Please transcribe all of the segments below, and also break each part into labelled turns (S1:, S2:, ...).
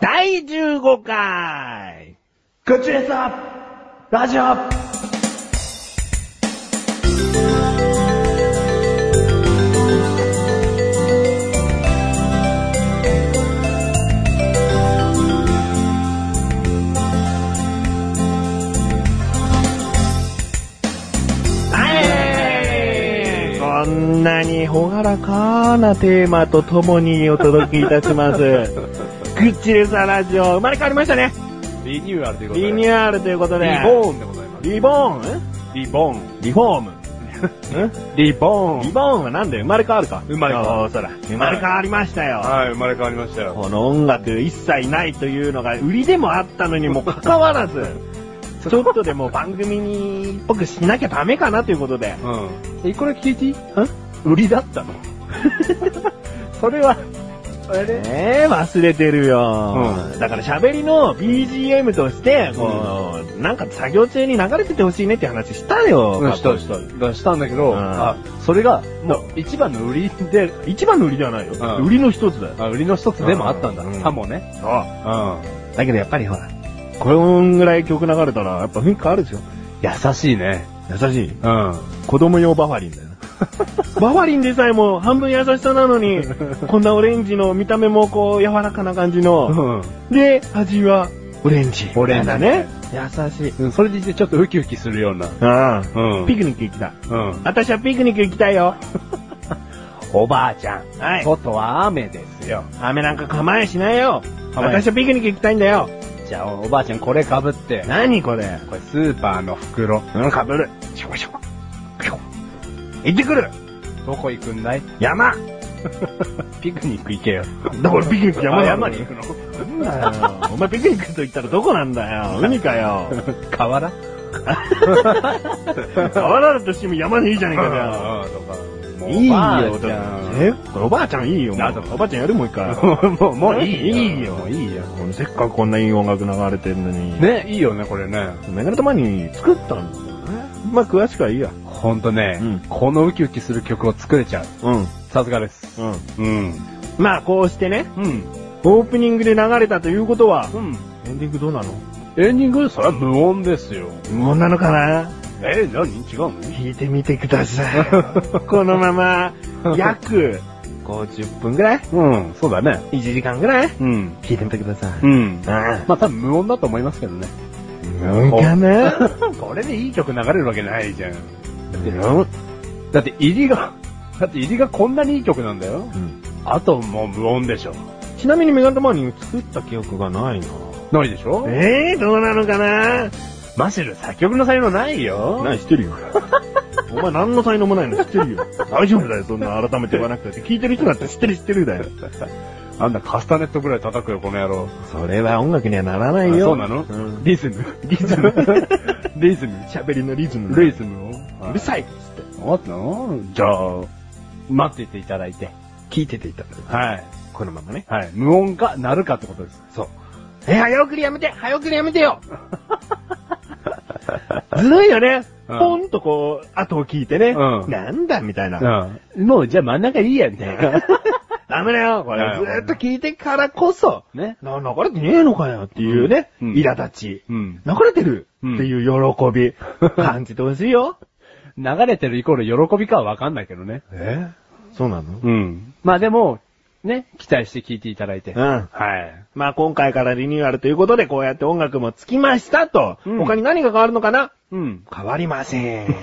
S1: 第15回
S2: 口レサラジオ
S1: はいこんなに朗らかなテーマとともにお届けいたし ます。グッチレサラジオ、生まれ変わりましたね。
S2: リニューアルということで。
S1: リニューアルということで。
S2: リボーンでございます。
S1: リボーン
S2: リボーン。
S1: リフォーム。
S2: リボ
S1: リ。ボーンはなんだよ生まれ変わるか
S2: 生まれ変わる
S1: る。そうだ。生まれ変わりましたよ。
S2: はい、生まれ変わりましたよ。
S1: この音楽一切ないというのが売りでもあったのにもかかわら ず、ちょっとでも番組にっぽくしなきゃダメかなということで、
S2: うん。え、これ聞いていい
S1: 売りだったの
S2: それは、あれで
S1: ええ忘れてるよ。
S2: う
S1: だから喋りの BGM として、こう、なんか作業中に流れててほしいねって話したよ。
S2: うんしたした。だからしたんだけど、
S1: うん
S2: あ、それが、もう一番の売りで、
S1: 一番の売りではないよ。
S2: うん
S1: 売りの一つだよ。
S2: あ売りの一つでもあったんだ
S1: うん。
S2: さもね。
S1: そう。
S2: う
S1: だけどやっぱりほら、こんぐらい曲流れたら、やっぱ雰囲気変わるでしょ。
S2: ん。優しいね。
S1: 優しい。
S2: うん。
S1: 子供用バファリンだよな。 バファリンでさえも半分優しさなのに、こんなオレンジの見た目もこう柔らかな感じの。で、味はオレンジ。
S2: オレンジ
S1: だね。優しい。
S2: うん。それでいてちょっとウキウキするような。
S1: あ
S2: う
S1: あ。ピ
S2: ピ
S1: クニック行きたい。
S2: うん。
S1: 私はピクニック行きたいよ。
S2: おばあちゃん。
S1: はい。
S2: 外は雨ですよ。
S1: 雨なんか構えしないよ。
S2: 構え
S1: 私はピクニック行きたいんだよ。
S2: じゃあ、おばあちゃんこれかぶって。
S1: 何これ。
S2: これスーパーの袋。
S1: うん、かぶる。シュコシュコ。シュコ行ってくる
S2: どこ行くんだい
S1: 山
S2: ピクニック行けよ。
S1: だからピクニック山
S2: あ
S1: だ
S2: 山に行くの
S1: なんだよ。お前ピクニックと言ったらどこなんだよ。 海かよ。
S2: 河原
S1: 河原だとしても山でいいじゃねえかじ ゃあ。
S2: うんとか。
S1: いい
S2: おばあ
S1: よ、
S2: ちゃん
S1: えこれおばあちゃんいいよ。もう
S2: あそう
S1: おばあちゃんやるもう一 回。
S2: もう、もういいよ。
S1: いいよ
S2: もういいよ。
S1: せっかくこんないい音楽流れてんのに。。
S2: ね、いいよね、これね。
S1: メガネたまに作ったんだよね。まあ、詳しくはいいや。
S2: ほんとね、
S1: うん
S2: このウキウキする曲を作れちゃう。
S1: うん。うん。
S2: さすがです。うん。
S1: まあ、こうしてね、
S2: うん。
S1: オープニングで流れたということは、
S2: うん。
S1: エンディングどうなの
S2: エンディング、それは無音ですよ。
S1: 無音なのかな
S2: えー、何違うの
S1: 弾いてみてください。 このま ま、約50分ぐらい
S2: うん、そうだね。
S1: ?1 時間ぐらい
S2: うん。
S1: 弾いてみてください。
S2: うん。
S1: あ
S2: まあ多分無音だと思いますけどね。
S1: あ。無音かな
S2: これでいい曲流れるわけないじゃん。
S1: 無音
S2: だって入りが、だって入りがこんなにいい曲なんだよ。
S1: うん
S2: あともう無音でしょ。
S1: ちなみにメガネたまに作った記憶がないな。
S2: ないでしょ
S1: ええどうなのかな
S2: マシル、作曲の才能ないよ。
S1: い、知ってる よ。お前何の才能もないの知ってるよ。大丈夫だよ、そんな改めて言わなくて。聞いてる人だって知ってる知ってるだよ。
S2: あんなカスタネットぐらい叩くよ、この野郎。
S1: それは音楽にはならないよ。
S2: あそうなの
S1: ん
S2: リズム。リズム。 リズム。
S1: 喋りのリズム。
S2: リズムを。
S1: うるさいっつって。
S2: あのじゃあ、待ってていただいて。
S1: 聞いてていただく。
S2: はい。
S1: このままね。
S2: はい。無音か、なるかってことです。そう。
S1: え、早送りやめて早送りやめて よずるいよね。
S2: うん
S1: ポンとこう、後を聞いてね。
S2: うん
S1: なんだみたいな。
S2: うん。もう、じゃあ真ん中いいや、みたいな。
S1: ダメだよ。これ
S2: はい
S1: ずーっと聞いてからこそ、
S2: ね。
S1: な、流れてねえのかよっていうね、
S2: うん
S1: 苛立ち。
S2: うん。
S1: 流れてるっていう喜 び、感じてほしいよ。
S2: 流れてるイコール喜びかはわかんないけどね。
S1: えそうなの
S2: うん。まあでも、ね、期待して聞いていただいて。
S1: うん。
S2: はい。
S1: まあ今回からリニューアルということで、こうやって音楽もつきましたと、
S2: うん
S1: 他に何が変わるのかな
S2: うん。
S1: 変わりませ ん。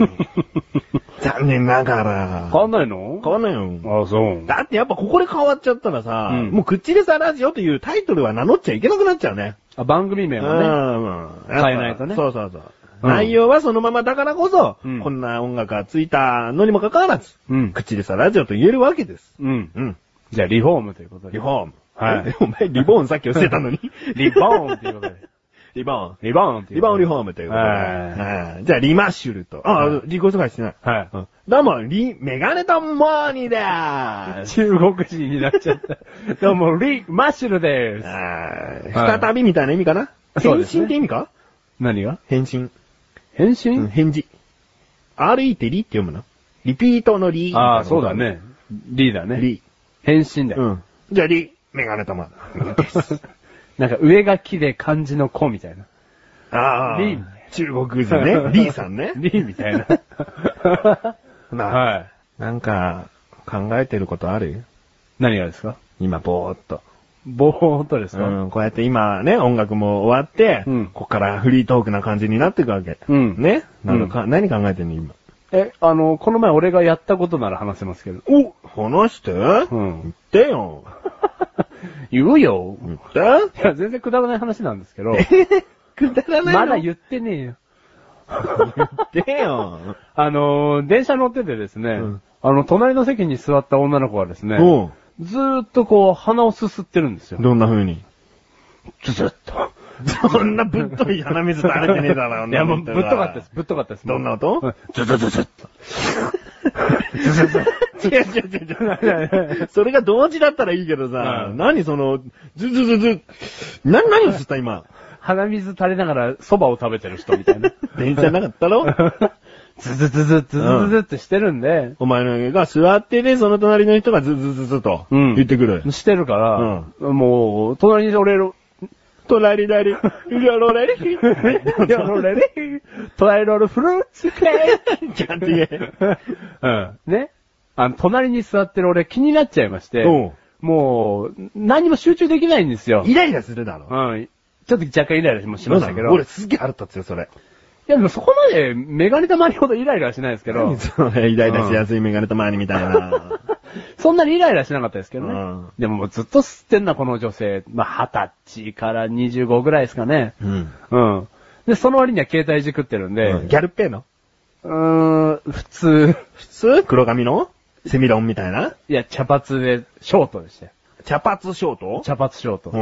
S1: 残念ながら。
S2: 変わんないの
S1: 変わんないよ。
S2: あ、そう。
S1: だってやっぱここで変わっちゃったらさ、
S2: うん
S1: もう口でさラジオというタイトルは名乗っちゃいけなくなっちゃうね。
S2: あ、番組名もね。
S1: うん
S2: 変えないとね
S1: そうそうそう。
S2: うん
S1: 内容はそのままだからこそ、
S2: うん
S1: こんな音楽がついたのにもかかわらず、
S2: うん。
S1: 口でさ、ラジオと言えるわけです。
S2: うん。
S1: うん。
S2: じゃあ、リフォームということで。
S1: リフォーム。
S2: はい
S1: え お前、リボーンさっき教えたのに。
S2: リボーンという ことで。
S1: リボーン。
S2: リボーンということで。
S1: リボーンリフォームということで。
S2: は
S1: はいじゃあ、リマッシュルと。あ、
S2: は
S1: 自己紹介してない。
S2: い。はい。
S1: どうも、リ、メガネとモーニーでーす。
S2: 中国人になっちゃった。どうも、リ、マッシュルでーす。
S1: は
S2: はい
S1: い再びみたいな意味かな
S2: そう
S1: 返
S2: です
S1: 信
S2: ね
S1: って意味か
S2: 何が
S1: 返信。
S2: 変
S1: うん
S2: 身
S1: 返事。RE ってリって読むのリピートのリ。
S2: ああ、そうだ。ね。リーだね。
S1: リ。
S2: 変身だ
S1: う
S2: よ。
S1: ん。じゃあ、リ、メガネとモーニーです。
S2: なんか上が木で漢字の子みたいな。
S1: ああ。
S2: リー
S1: 中国人ね。リーさんね。
S2: リみたい な。
S1: な、
S2: はい。
S1: なんか、考えてることある
S2: 何がですか
S1: 今、ぼーっと。
S2: ぼーっとですか
S1: うん、こうやって今ね、音楽も終わって、
S2: うん
S1: こっからフリートークな感じになっていくわけ。
S2: うん
S1: ねなんかか、何考えてんの今。
S2: え、あの、この前俺がやったことなら話せますけど。
S1: お話して、
S2: ん
S1: 言ってよ。
S2: 言うよ。
S1: 言っ
S2: いや、全然くだらない話なんですけど。
S1: てくだらないの
S2: まだ言ってねえよ。
S1: 言ってよ。
S2: あのー電車乗っててですね、
S1: うん
S2: あの、隣の席に座った女の子はですね、
S1: おう
S2: ずーっとこう、鼻をすすってるんですよ。
S1: どんな風に
S2: ずっと。
S1: そんなぶっとい鼻水垂れてねえだろう
S2: い
S1: ね。
S2: や、もう、ぶっとかったです。。ぶっとかったです。
S1: どんな
S2: もう
S1: 音
S2: うんずずずずっと。
S1: 違う違う違う違う。それが同時だったらいいけどさ、
S2: うん
S1: 何その、ずずずず、な、何をした今。
S2: 鼻水垂れながら蕎麦を食べてる人みたい な。
S1: 電車なかった ろ
S2: ずずずずずずずってしてるんで、
S1: お前のが座ってで、その隣の人がずずずずと、
S2: うん
S1: 言ってくる。
S2: してるから、もう、隣に俺の、
S1: 隣なり、うらろら り、
S2: いや俺ね、トライロールフルーツクレー
S1: ちゃんと言え。
S2: うん。ね。あの、隣に座ってる俺気になっちゃいまして、
S1: うん
S2: もう、何も集中できないんですよ。
S1: イライラするだろ。
S2: うん。ちょっと若干イライラもしましたけ
S1: なんだ
S2: ど。
S1: 俺
S2: い
S1: すげえ腹立つよ、それ。
S2: やでもそこまでメガネたまりほどイライラはしないですけど、
S1: それ、イライラしやすいメガネたまにみたいな。
S2: そんなにイライラしなかったですけどね。
S1: うん
S2: でももうずっと吸ってんな、この女性。まあ、二十歳から25ぐらいですかね。
S1: うん。
S2: うん。で、その割には携帯いじくってるんで、
S1: うんギャルっぺーの
S2: うーん、普通、
S1: 普通黒髪のセミロンみたいない
S2: や、茶髪で、ショートでしたよ。
S1: 茶髪ショート
S2: 茶髪ショート。
S1: う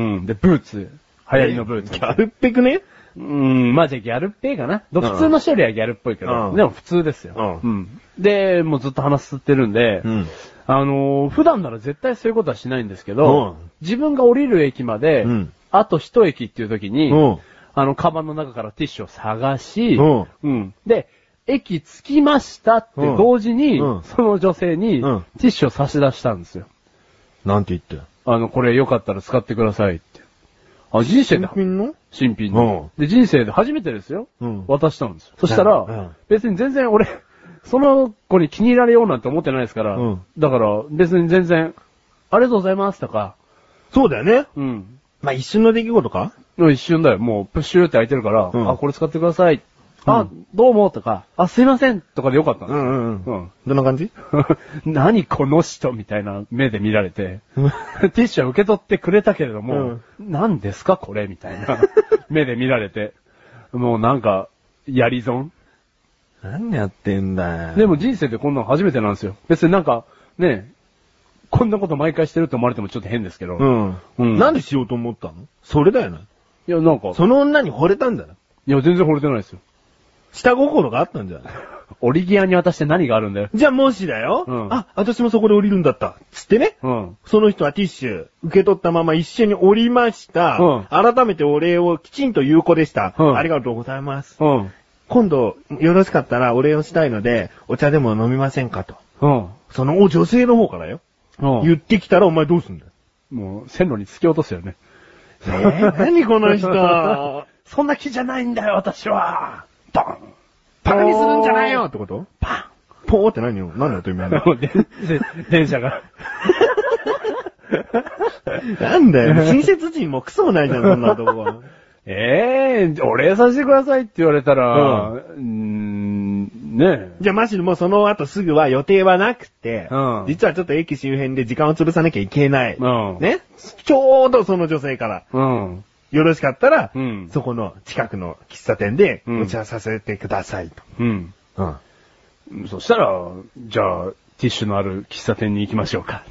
S1: ん。
S2: うん。で、ブーツ。流行りのブーツ。
S1: ギャルっぺくね
S2: うん、まあじゃあギャルっぺいかな。ど
S1: うん
S2: 普通の人よりはギャルっぽいけど、
S1: うん
S2: でも普通ですよ、
S1: うん
S2: んで、もうずっと話すってるんで、
S1: ん。
S2: あのー普段なら絶対そういうことはしないんですけど、
S1: うん
S2: 自分が降りる駅まで、
S1: うん
S2: あと一駅っていう時に、
S1: うん
S2: あの、カバンの中からティッシュを探し、
S1: うん
S2: うんで、駅着きましたって同時に、
S1: うん
S2: その女性に、
S1: うん
S2: ティッシュを差し出したんですよ。
S1: なんて言って。
S2: あの、これよかったら使ってくださいって。あ、人生だ。
S1: 品の
S2: 新品の。で、人生で初めてですよ。
S1: うん
S2: 渡したんですよ。そしたら、
S1: うん
S2: 別に全然俺、 その子に気に入られようなんて思ってないですから、
S1: うん
S2: だから別に全然、ありがとうございますとか、
S1: そうだよね。
S2: うん。
S1: まあ、一瞬の出来事か
S2: の一瞬だよ。もう、プッシューって開いてるから、
S1: うん
S2: あ、これ使ってください。
S1: う
S2: あ、どうもとか、あ、すいませんとかでよかったんですよ。
S1: ん
S2: う
S1: うんん。どんな感じ
S2: 何この人みたいな目で見られて、 ティッシュは受け取ってくれたけれども、何ですかこれみたいな 目で見られて、もうなんか、やり損
S1: 何やってんだよ。
S2: でも、人生でこんなの初めてなんですよ。別になんか、ね、こんなこと毎回してると思われてもちょっと変ですけど、い
S1: うん。
S2: うん
S1: なんでしようと思ったのそれだよな。
S2: やなんか、
S1: その女に惚れたんだよ。
S2: いや全然惚れてないですよ。
S1: 下心があったんじゃない
S2: 折り際に渡して何があるんだよ。
S1: じゃあもしだよ、
S2: うん
S1: あ、私もそこで降りるんだった。つってね。
S2: うん。
S1: その人はティッシュ受け取ったまま一緒に降りました。
S2: うん
S1: 改めてお礼をきちんと有効でした、
S2: うん
S1: ありがとうございます。
S2: うん。
S1: 今度、よろしかったらお礼をしたいので、お茶でも飲みませんかと。
S2: うん。
S1: そのお女性の方からよ。
S2: う
S1: 言
S2: ん。
S1: ってきたらお前どうすんだよ。
S2: もう、線路に突き落とすよね。
S1: えー、何この 人。
S2: そんな気じゃないんだよ、私は。ドン
S1: バカにするんじゃないよってこと
S2: パ
S1: ポーって何よ何だよと今の。
S2: ン電車が。
S1: なんだよ。親切人もクソもないじゃん、そんなとこ は。
S2: ええお礼させてくださいって言われたら、う
S1: う
S2: ーん、ねえ。
S1: じゃあ、マシルもその後すぐは予定はなくて、
S2: うん
S1: 実はちょっと駅周辺で時間を潰さなきゃいけない。
S2: うん
S1: ねちょうどその女性から、
S2: うん。
S1: よろしかったら、
S2: うん
S1: そこの近くの喫茶店で、
S2: うん
S1: お茶させてくださいと。
S2: うん。
S1: うん。
S2: そしたら、じゃあ、ティッシュのある喫茶店に行きましょう か。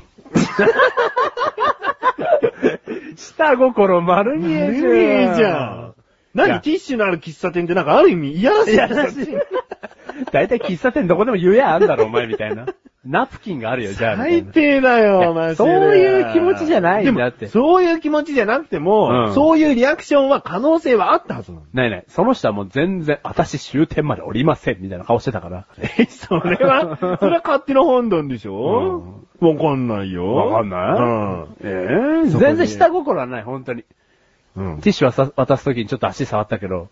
S2: 下心丸見えじゃん。
S1: いいじゃん。
S2: い
S1: 何
S2: や
S1: ティッシュのある喫茶店ってなんかある意味いやらしい。
S2: いやらしい。大体喫茶店どこでも言えあんだろ、お前みたいな。ナプキンがあるよ、じゃあ。みたい
S1: 最
S2: な
S1: 低だ
S2: いや
S1: よ、マジで。
S2: そういう気持ちじゃないんだ
S1: でも
S2: って
S1: そういう気持ちじゃなくても、
S2: うん
S1: そういうリアクションは可能性はあったはずなの。
S2: ないない。その人はもう全然、私終点まで降りません、みたいな顔してたから。
S1: え、それは、 それは勝手な判断でしょわ、かんないよ。
S2: わかんない
S1: うん。
S2: ええ
S1: そこで
S2: 全然下心はない、本当に。
S1: うん
S2: ティッシュはさ渡すときにちょっと足触ったけど、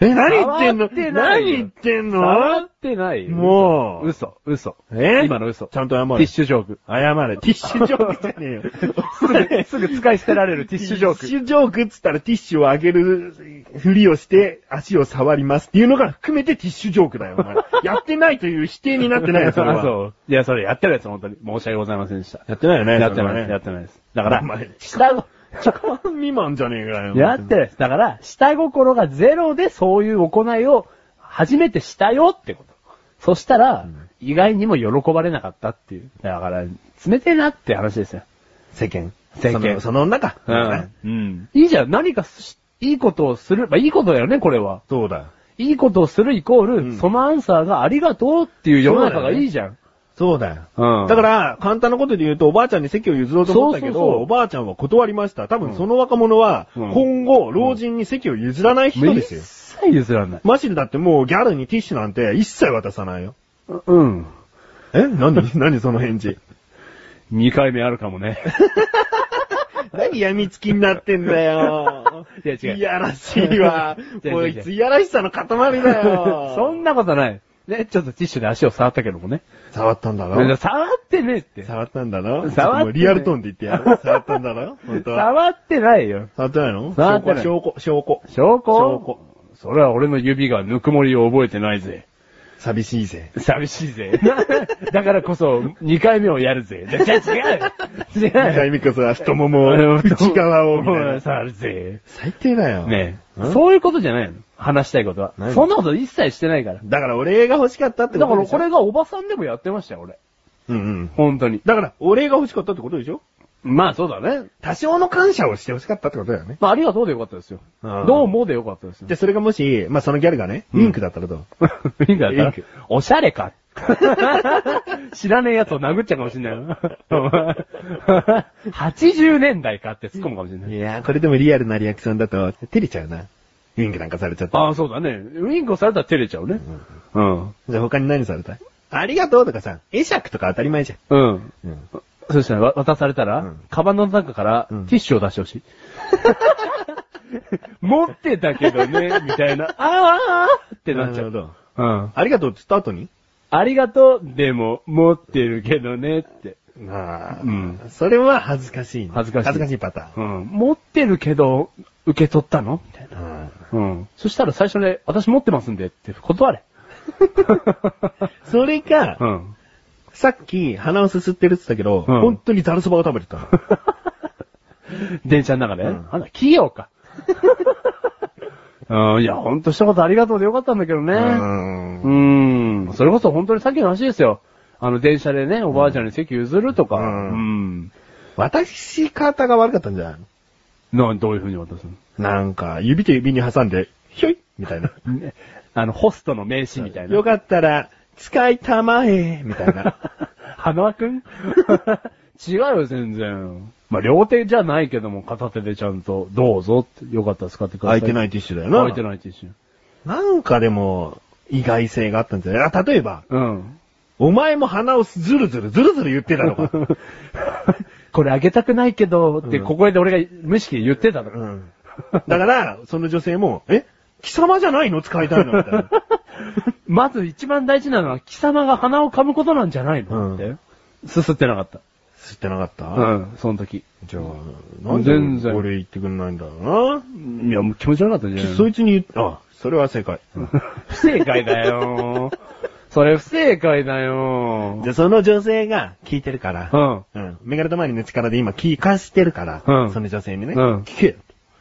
S1: え、何言ってんの
S2: 触ってない
S1: 何
S2: よ
S1: 言ってん
S2: 触
S1: の
S2: ってないよ
S1: もう
S2: 嘘、嘘。
S1: え
S2: 今の嘘。
S1: ちゃんと謝
S2: ティ
S1: れ。
S2: ッシュジョーク。
S1: 謝れ。ティッシュジョークじゃねえよ。
S2: すぐ、すぐ使い捨てられる ティッシュジョー
S1: テ
S2: ク
S1: ィッ。シュジョークっつったらティッシュをあげるふりをして足を触りますっていうのが含めてティッシュジョークだよ、お 前やってないという否定になってないよ、それ
S2: あ、
S1: は。
S2: そう。いや、それやってるやつ、本当に。申し訳ございませんでした。
S1: やってないよね
S2: やってないです、や
S1: や
S2: っ
S1: って
S2: ないです。だ
S1: だか
S2: か
S1: らら、お、前、下の、茶碗未満じゃねえかよ。
S2: やってる。だから、下心がゼロでそういう行いを初めてしたよってこと。そしたら、意外にも喜ばれなかったっていう。だから、冷てえなって話ですよ。
S1: 世間。
S2: 世
S1: そ
S2: 間
S1: のその女か。
S2: うん。いいじゃん。何かしいいことをする。まあ、いいことだよね、これは。
S1: そうだ。
S2: いいことをするイコール、
S1: うん
S2: そのアンサーがありがとうっていう世の中がいいじゃん。
S1: そうだよ。
S2: うん
S1: だから、簡単なことで言うと、おばあちゃんに席を譲ろうと思ったけど、
S2: そうそうそう
S1: おばあちゃんは断りました。多分その若者は、
S2: うん
S1: 今後、老人に席を譲らない人ですよ。
S2: 一切譲らない。
S1: マシルだってもうギャルにティッシュなんて一切渡さないよ。
S2: うん。
S1: え 何何その返事。
S2: 二回目あるかもね。
S1: 何病みつきになってんだよ。
S2: いや 違う。
S1: いやらしい わ
S2: 違う違う違う
S1: こいついやらしさの塊だ よ。
S2: そんなことない。ね、ちょっとティッシュで足を触ったけどもね。
S1: 触ったんだろ
S2: 触ってねえって。
S1: 触ったんだろ
S2: 触ってない
S1: ちょっともうリアルトーンで言ってやる。触ったんだろ本当は。
S2: 触ってないよ。
S1: 触ってないの
S2: 触ってない
S1: 証拠、証拠。
S2: 証拠
S1: 証拠
S2: それは俺の指がぬくもりを覚えてないぜ。
S1: 寂しいぜ。
S2: 寂しい ぜ。だからこそ、2回目をやる ぜ。じゃ違う違
S1: 二
S2: う
S1: 回目こそは太ももを、内側を、みたいな。
S2: 触るぜ。
S1: 最低だよ。
S2: ねえ
S1: ん
S2: そういうことじゃないの。話したいことは。
S1: 何
S2: そんなこと一切してないから。
S1: だからお礼が欲しかったって
S2: だ
S1: こと
S2: から
S1: でしょ
S2: これがおばさんでもやってましたよ、俺。
S1: うんうん。
S2: 本当に。
S1: だから、お礼が欲しかったってことでしょ
S2: まあそうだね。
S1: 多少の感謝をして欲しかったってことだよね。
S2: まあありがとうでよかったですよ。
S1: うん
S2: どうもでよかったですよ
S1: じゃ、あそれがもし、まあ、そのギャルがね、
S2: うん
S1: インクだったらどう
S2: いいんだ
S1: いいん
S2: よ
S1: か。
S2: おしゃれ か。知らねえやつを殴っちゃうかもしんない よ。80年代かって突っ込むかもしんない。
S1: いやー、これでもリアルなリアクションだと、照れちゃうな。ウィンクなんかされちゃった。
S2: ああ、そうだね。ウィンクをされたら照れちゃうね。うん。
S1: じゃあ他に何されたありがとうとかさ、会釈とか当たり前じゃん。
S2: うん。
S1: うん、
S2: そしたらわ渡されたら、
S1: うん
S2: カバンの中からテ
S1: う
S2: ィ
S1: ん
S2: ッシュを出してほ しい。持ってたけどね、みたいな。あーあーってなっちゃ
S1: なるほ
S2: う。
S1: ど。
S2: うん。
S1: ありがとうって言った後に
S2: ありがとう、でも、持ってるけどね、って。
S1: ああ、
S2: うん
S1: それは恥ずかしいね、
S2: 恥ずかしい
S1: 恥ずかしいパター
S2: う
S1: ン。
S2: ん。持ってるけど、受け取ったのみたいな。
S1: うん
S2: うん。そしたら最初で、私持ってますんでって断れ。
S1: それか、
S2: うん。
S1: さっき鼻をすすってるって言ったけど、
S2: うん
S1: 本当にザルそばを食べてたの。
S2: 電車の中で、
S1: うん
S2: あんな、企業か。 うん、いや、ほんとしたことありがとうでよかったんだけど ね。
S1: う
S2: うーん。それこそ本当にさっきの話ですよ。あの、電車でね、おばあちゃんに席譲るとか。う
S1: うん
S2: ん。
S1: 渡し方が悪かったんじゃないの
S2: なん、どういう風に渡す
S1: なんか、指と指に挟んで、ひょいみたいな。
S2: の、ねあの、ホストの名刺みたいな。
S1: よかったら、使いたまえ、みたい な。
S2: 花輪くん 違うよ、全然。まあ、両手じゃないけども、片手でちゃんと、どうぞって、よかったら使ってくださ
S1: 空い
S2: い。
S1: てないいティッシュだよな。
S2: 空いてないティッシュ。
S1: なんかでも、意外性があったんじゃないあ、例えば、
S2: うん。
S1: お前も鼻をズルズル、ズルズル言ってたのか。
S2: これあげたくないけど、って、
S1: うん
S2: ここで俺が無意識で言ってたの。
S1: うん。だから、その女性も、え貴様じゃないの使いたいのみたいな。
S2: まず一番大事なのは、貴様が鼻を噛むことなんじゃないの、
S1: うん
S2: って。すすってなかった。
S1: 知ってなかった
S2: うん、その時。
S1: じゃあ、なんで
S2: 全然
S1: 俺言ってくんないんだろ
S2: いや、もう気持ち悪かった
S1: う
S2: じゃ
S1: な。
S2: ん。
S1: そいつに言っあ、それは正解。
S2: 不正解だよ それ不正解だよ
S1: じゃあ、その女性が聞いてるから、
S2: うん。
S1: うん。メガネとマリの力で今聞かしてるから、
S2: うん
S1: その女性にね、
S2: うん
S1: 聞けよ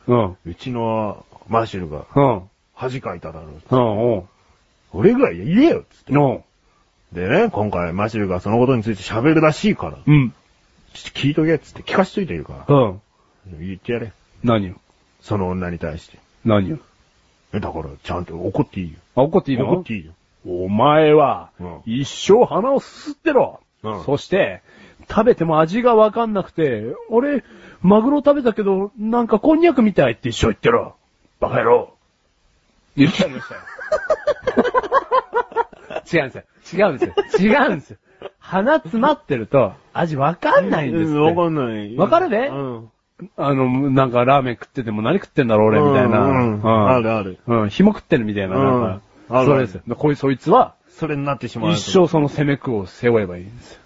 S2: うん。
S1: うちのマーシュルが
S2: うん。
S1: 恥かいただろう。
S2: うん。うん。
S1: 俺ぐらい言えよっつって
S2: の、
S1: でね、今回マーシュルがそのことについて喋るらしいから、ちょ
S2: うん。
S1: っと聞いとけっつって聞かしといてるから、
S2: うん。
S1: 言ってやれ。
S2: 何よ
S1: その女に対して。
S2: 何よ
S1: えだから、ちゃんと怒っていいよ。
S2: あ、怒っていいの
S1: 怒っていいよ。
S2: お前は
S1: うん、
S2: 一生鼻をすすってろ、
S1: うん
S2: そして、食べても味がわかんなくて、俺、マグロ食べたけど、なんかこんにゃくみたいって一生言ってろ。バカ野郎。言ってやりましたよ。違うんですよ。違うんですよ。違うんですよ。鼻詰まってると、味わかんないんですって。
S1: うんわかんない。
S2: わかるね
S1: うん。
S2: あの、なんかラーメン食ってても何食ってんだろう俺、みたいな。
S1: うんうんあるある。
S2: うん、紐食ってるみたいな。なんか、
S1: うんあるある
S2: それですよ。でこいそいつは、
S1: それになってしまう。
S2: 一生その攻め苦を背負えばいい んですよ。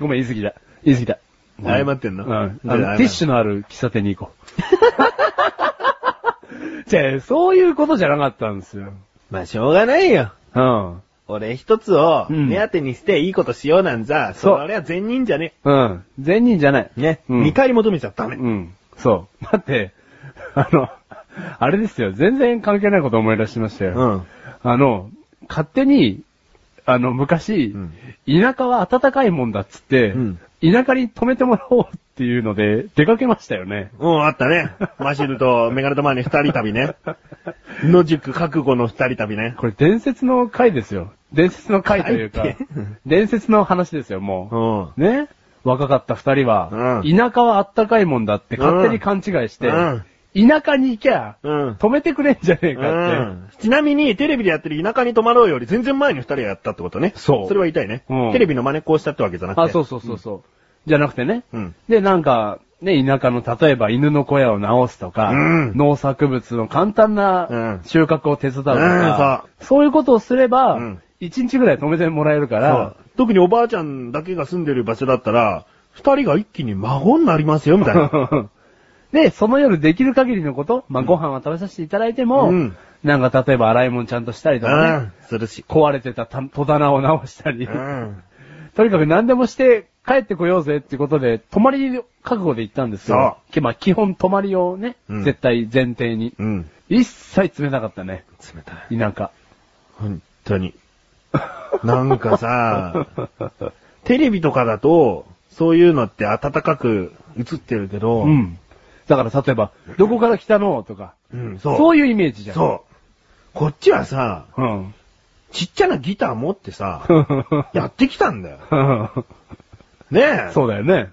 S2: ごめん、言い過ぎだ。言い過ぎだ。
S1: 謝ってんの
S2: うん。
S1: じゃ
S2: あ
S1: あ謝る
S2: のティッシュのある喫茶店に行こ う。じゃあ、そういうことじゃなかったんですよ。
S1: まあ、しょうがないよ。
S2: うん。
S1: 俺一つを
S2: うん
S1: 目当てにしていいことしようなんざ、
S2: そう
S1: それは善人じゃね
S2: うん。善人じゃない。
S1: え。ね。
S2: うん
S1: 見返り求めちゃダメ。
S2: うん。そう。だって、あの、あれですよ。全然関係ないこと思い出しましたよ。
S1: うん。
S2: あの、勝手に、あの、昔、
S1: うん
S2: 田舎は暖かいもんだっつって、
S1: うん
S2: 田舎に泊めてもらおうっていうので、出かけましたよね。
S1: うん、あったね。マシルとメガネとマーニ二人旅 ね。野宿覚悟の二人旅ね。
S2: これ伝説の回ですよ。伝説の回というか
S1: 回って、
S2: 伝説の話です
S1: う
S2: よ、も
S1: ん。
S2: う。ね若かった二人は、
S1: う
S2: 田舎は暖かいもんだって勝手に勘違いして、
S1: うん
S2: 田舎に行きゃ、
S1: うん。
S2: 止めてくれんじゃねえかって。
S1: うんちなみに、テレビでやってる田舎に泊まろうより全然前に二人がやったってことね。
S2: そう
S1: それは言いたいね。
S2: うん
S1: テレビの真似っこをしたってわけじゃなくて。
S2: あ、そうそうそうそう。じゃなくてね。
S1: うん
S2: で、なんか、ね、田舎の、例えば犬の小屋を直すとか、
S1: うん
S2: 農作物の簡単な
S1: うん
S2: 収穫を手伝うと
S1: うん
S2: か、そういうことをすれば
S1: うん、
S2: 一、日ぐらい止めてもらえる
S1: そ
S2: か
S1: う
S2: ら、
S1: 特におばあちゃんだけが住んでる場所だったら、二人が一気に孫になりますよ、みたい な。
S2: で、その夜できる限りのこと、まあ、ご飯は食べさせていただいても、
S1: うん
S2: なんか例えば洗い物ちゃんとしたりとかね、
S1: するし。
S2: 壊れてたた戸棚を直したり、
S1: うん。
S2: とにかく何でもして帰ってこようぜってことで、泊まり覚悟で行ったんですよ。きまあ、基本泊まりをね、
S1: うん
S2: 絶対前提に。
S1: うん。
S2: 一切冷たかったね、
S1: 冷たい。
S2: 田 舎。
S1: 本当に。なんか さ、テレビとかだと、そういうのって暖かく映ってるけど、
S2: うん。だから例えば、どこから来たのとか、
S1: うん、そ。
S2: そ
S1: う
S2: うういうイメージじゃん。
S1: そう。こっちはさ、
S2: う。うん。
S1: ちっちゃなギター持ってさ、やってきたんだよ。ねえ。
S2: そうだよね。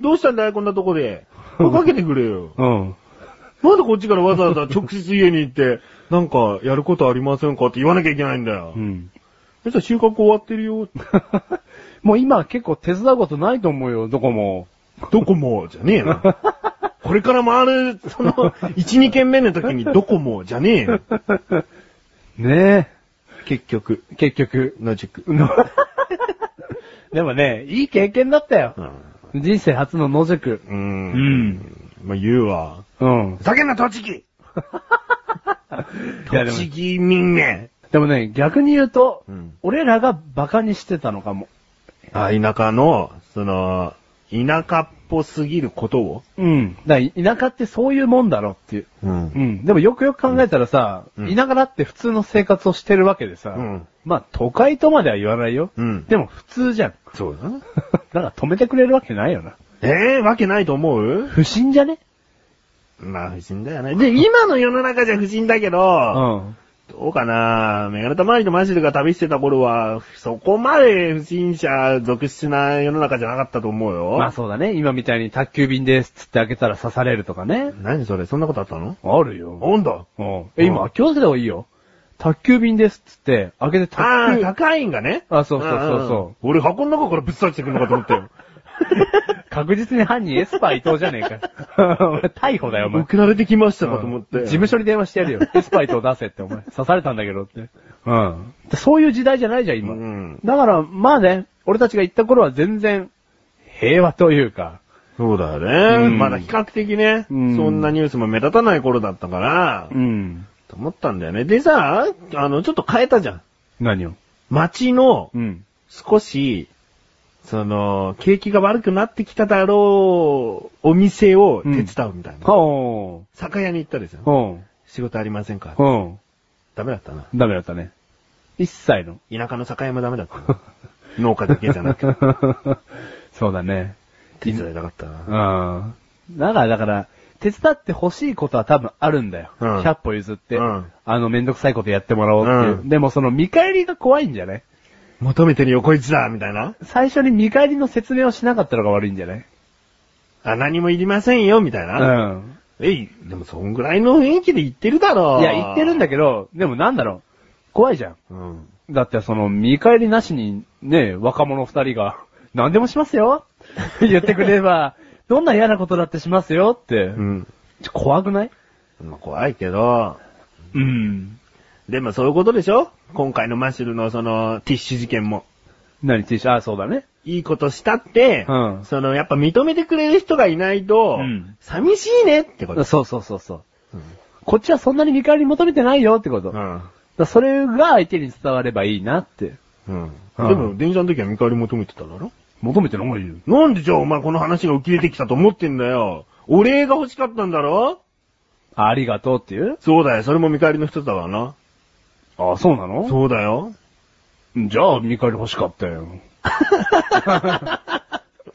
S1: どうしたんだよ、こんなとこで。かけてくれよ。
S2: うん。
S1: なんでこっちからわざわざ直接家に行って、なんか、やることありませんかって言わなきゃいけないんだよ
S2: う。ん。
S1: そしたら収穫終わってるよ。
S2: もう今結構手伝うことないと思うよ、どこも。
S1: どこも、じゃねえ な。これから回る、その、1、2軒目の時にどこも、じゃねえよ。
S2: ね
S1: 結局、
S2: え、結 局。
S1: 野宿。
S2: でもね、いい経験だったよ。
S1: う
S2: 人生初の野宿。
S1: ん。
S2: う。ん。
S1: まあ、言うわ。
S2: うん
S1: ふ。ざけんな、栃木
S2: いやでも
S1: 栃木民名。
S2: でもね、逆に言うと、
S1: うん
S2: 俺らが馬鹿にしてたのかも。
S1: あ、田舎の、その、田舎っぽすぎることを。
S2: うん。だから田舎ってそういうもんだろっていう。
S1: う。
S2: うんん。でもよくよく考えたらさ、
S1: うん
S2: 田舎だって普通の生活をしてるわけでさ、
S1: うん
S2: まあ都会とまでは言わないよ。
S1: うん
S2: でも普通 じゃん。
S1: そうだな。
S2: だから止めてくれるわけないよな。
S1: ええわけないと思う
S2: 不審じゃね
S1: まあ、不審だよね。で、今の世の中じゃ不審だけど、
S2: ん。
S1: どうかなメガネタ周りのマシルが旅してた頃は、そこまで不審者続出な世の中じゃなかったと思うよ。
S2: まあそうだね。今みたいに宅急便ですっつって開けたら刺されるとかね。
S1: 何それそんなことあったの
S2: あるよ。
S1: なんだ
S2: うん。え、今、気をつけた方がいいよ。宅急便ですっつって、開けて
S1: あ
S2: 宅
S1: あ、
S2: 急、
S1: 高いんがね。
S2: あそうそうそうそうん
S1: んん俺箱の中からぶっ刺してくるのかと思 ったよ。
S2: 確実に犯人エスパー伊藤じゃねえか。お 前逮捕だよ、お前。
S1: 送られてきましたかと思って。
S2: 事務所に電話し てやるよ。エスパー伊藤出せって、お前。刺されたんだけどって。うん。そういう時代じゃないじゃん、今。
S1: うん
S2: だから、まあね、俺たちが行った頃は全然、平和というか。
S1: そうだよね。
S2: うん
S1: まだ比較的ね、
S2: うん
S1: そんなニュースも目立たない頃だったから、
S2: ん。
S1: と思ったんだよね。でさ、あの、ちょっと変えたじゃん。
S2: 何を
S1: 街の
S2: うん。
S1: 少し、その、景気が悪くなってきただろうお店を手伝うみたいな。
S2: ほ
S1: 酒屋に行ったですよ
S2: う。。ほ
S1: 仕事ありませんか
S2: う。ほ
S1: ダメだったな。
S2: う。ダメだったね。一切の。
S1: 田舎の酒屋もダメだったな。農家だけじゃな くて、
S2: そうだね。
S1: 手伝いたかったな。
S2: うん。だから、だから、手伝ってほしいことは多分あるんだよ。
S1: うん
S2: 100歩譲って、
S1: うん
S2: あの、めんどくさいことやってもらおうっていう。
S1: うん
S2: でもその見返りが怖いんじゃない
S1: 求めてる横一だみたいな。
S2: 最初に見返りの説明をしなかったのが悪いんじゃない
S1: あ、何もいりませんよ、みたいうな。
S2: ん。
S1: えい、でもそんぐらいの雰囲気で言ってるだろう。
S2: いや、言ってるんだ
S1: け
S2: けど、でもなんだろう。怖いじゃん。
S1: ど。うん。
S2: だってその、見返りなしに、ね、若者二人が、何でもしますよ 言ってくれれば、どんな嫌なことだってしますよって。
S1: うん。
S2: ちょ怖くない
S1: まあ、怖いけど、
S2: うん。
S1: でもそういうことでしょ今回のマッシュルのその、ティッシュ事件も。
S2: 何 T シャツあ、そうだね。
S1: いいことしたって、
S2: うん
S1: その、やっぱ認めてくれる人がいないと、
S2: うん
S1: 寂しいねってこと。
S2: そうそうそうそ
S1: う
S2: う。
S1: ん。
S2: こっちはそんなに見返り求めてないよってこと。
S1: う
S2: だか
S1: ん。
S2: らそれが相手に伝わればいいなって。
S1: でも、電車の時は見返り求めてただろ
S2: 求めてないよ。
S1: なんでじゃあお前この話が浮き出てきたと思ってんだよ。お礼が欲しかったんだろ
S2: ありがとうっていう
S1: そうだよ、それも見返りの一つだわな。
S2: ああ、そうなの
S1: そうだよ。
S2: じゃあ、見返り欲しかった よ。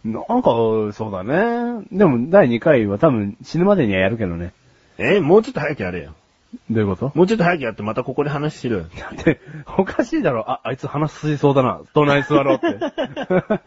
S2: なんか、そうだね。でも、第2回は多分死ぬまでにはやるけどね。
S1: え、もうちょっと早くやれよ。
S2: どういうこと
S1: もうちょっと早くやってまたここで話しる。
S2: だって、おかしいだろ。あ、あいつ話すいそうだな。隣座ろう って。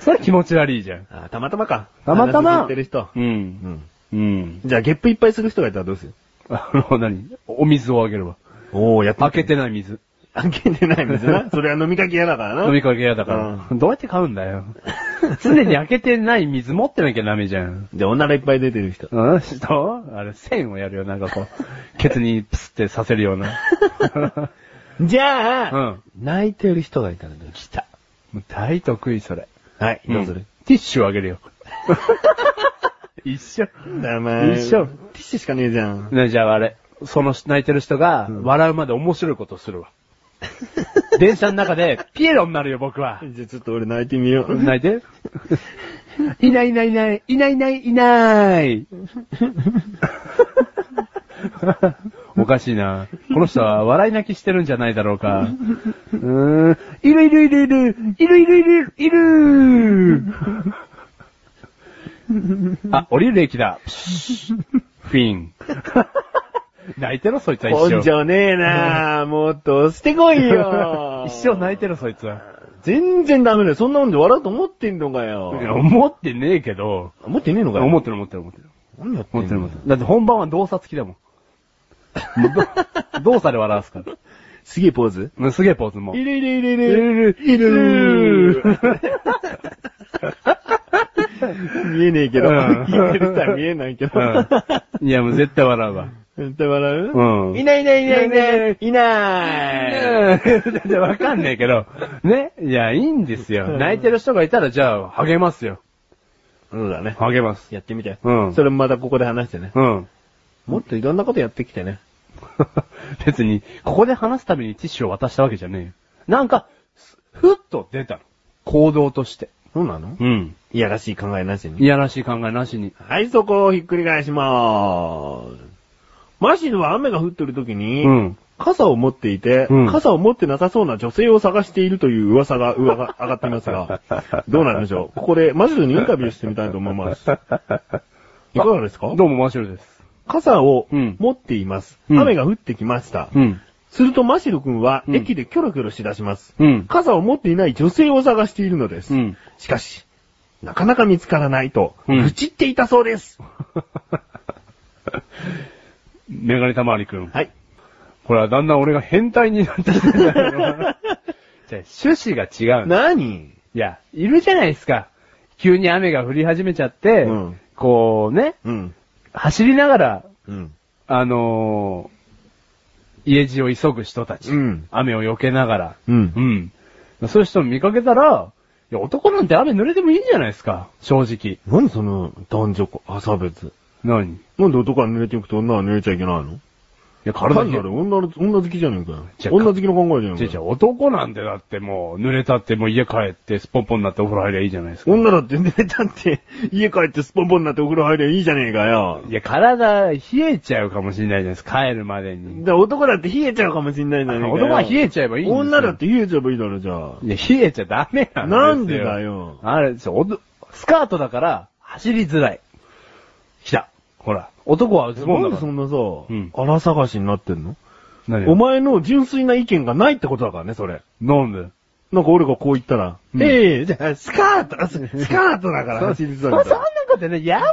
S2: それ気持ち悪いじゃん。
S1: あ、たまたまか。
S2: たまたま。
S1: 話聞いてる人。う
S2: う。
S1: んん。
S2: うん。
S1: じゃあ、ゲップいっぱいする人がいたらどうする
S2: あの、何お水をあげるわ。
S1: おー、やっ
S2: 開け。てない水。
S1: 開けてない水な。それは飲みかけ嫌だからな。
S2: 飲みかけ嫌だから。どうやって買うんだよ。 常に開けてない水持ってなきゃダメじゃん。
S1: じゃあ、おならいっぱい出てる人。
S2: うん人あれ、線をやるよ。なんかこ う、ケツにプスってさせるような。
S1: じゃ
S2: う
S1: あ、
S2: ん。
S1: 泣いてる人がいたらどう
S2: 来た。もう大得意、それ。
S1: はい、どうする、
S2: んティッシュをあげ るよ。一緒。
S1: だま
S2: 一緒
S1: ティッシュしかねえじゃん。
S2: ね、じゃああれ、その泣いてる人が、
S1: ん
S2: 笑うまで面白いこと するわ。電車の中で、ピエロになるよ、僕は。
S1: じゃあちょっと俺泣いてみよう。
S2: 泣いて。いないいないいない、いないいないいない。おかしいな。この人は笑い泣きしてるんじゃないだろうか。うーん。いるいるいるいる、いるいるいる、いるあ、降りる駅だ。プシュッフィン。泣いてろ、そいつは 一
S1: 根
S2: 生。
S1: 性ねえなあもっとしてこいよ
S2: 一生泣いてろ、そいつは。
S1: 全然ダメだよ。そんなもんで笑うと思ってんのか
S2: いや
S1: よ。
S2: 思ってねえけど。
S1: 思ってねえのかよ。
S2: 思ってる思ってる思ってる。
S1: 何やって
S2: 持
S1: んの
S2: ってる持ってる。だって本番は動作付きだも ん。もうど動作で笑わすから
S1: すげえポーズ
S2: うん。すげえポーズも。
S1: いるいるいるい
S2: い
S1: る。
S2: るいる
S1: 見えねえけど。
S2: うん
S1: 聞いてる人は見えないけど。
S2: うんいや、もう絶対笑うわ。
S1: 絶対笑う
S2: うん
S1: いないいないいないいない。いない。
S2: うんわかんねえけど。ね。いや、いいんですよ。泣いてる人がいたら、じゃあ、励ますよ。
S1: そうだね。
S2: 励ます。
S1: やってみて。
S2: うん
S1: それもまたここで話してね。
S2: うん。
S1: もっといろんなことやってきてね。
S2: 別に、ここで話すためにティッシュを渡したわけじゃねえよ。なんか、すふっと出たの。行動として。
S1: そうなの
S2: うん。
S1: いやらしい考えなしに。
S2: いやらしい考えなしに。
S1: はい、そこをひっくり返しまーす。マシルは雨が降ってる時に、
S2: うん。
S1: 傘を持っていて、
S2: うん
S1: 傘を持ってなさそうな女性を探しているという噂が上が上がっていますが、 どうなんでしょう。ここでマシルにインタビューしてみたいと思い ます。いかがですか
S2: どうも、マシュルです。
S1: 傘を
S2: うん
S1: 持っています。
S2: うん
S1: 雨が降ってきました。
S2: うん。
S1: するとマシル君は
S2: うん
S1: 駅でキョロキョロしだします。
S2: うん。
S1: 傘を持っていない女性を探しているのです。
S2: うん。
S1: しかし、なかなか見つからないと、
S2: うん
S1: 愚痴っていたそうです。
S2: メガネたまわりくん。
S1: はい。
S2: これはだんだん俺が変態になってきて るんだけど。じゃあ、趣旨が違うの。
S1: 何
S2: いや、いるじゃないですか。急に雨が降り始めちゃって、
S1: うん
S2: こうね、
S1: うん。
S2: 走りながら、
S1: うん。
S2: あのー家路を急ぐ人たち、
S1: うん
S2: 雨を避けながら、
S1: うん
S2: うんそういう人を見かけたら、いや、男なんて雨濡れてもいいんじゃないですか、正直。
S1: 何その男女差別。
S2: 何い
S1: なんで男は濡れていくと女は濡れちゃいけないの
S2: や、
S1: 体
S2: 体
S1: に
S2: に
S1: なる女の、女好きじゃねえかよ
S2: じゃ。あ
S1: 女好きの考えじゃね
S2: じ
S1: え
S2: ゃ
S1: か
S2: じ
S1: よ。
S2: ゃ男なんてだってもう、濡れたってもう家帰ってスポンポンになってお風呂入りゃいいじゃないですか。
S1: 女だって濡れたって、 家帰ってスポンポンになってお風呂入りゃいいじゃねえかよ。
S2: いや、体、冷えちゃうかもしれないじゃないですか、帰るまでに。
S1: で男だって冷えちゃうかもしんないじゃねえかよ。
S2: 男は冷えちゃえばいいんですよ
S1: 女だって冷えちゃえばいいだろ、じゃあ。
S2: いや、冷えちゃダメなんですよ。
S1: なんでだよ
S2: あれですよ、おどスカートだから、走りづらい。来た。ほら、男はズボ
S1: な
S2: ンだ
S1: んで
S2: か
S1: そ
S2: ら。
S1: んなさ、
S2: ん
S1: 荒探しになってんの
S2: 何
S1: お前の純粋な意見がないってことだからね、それ。
S2: なんで
S1: なんか俺がこう言ったら、
S2: うん
S1: ええじゃあ、スカート、ススカートだから走りづ
S2: そ
S1: らいん
S2: そんな
S1: だ。
S2: ことね、やば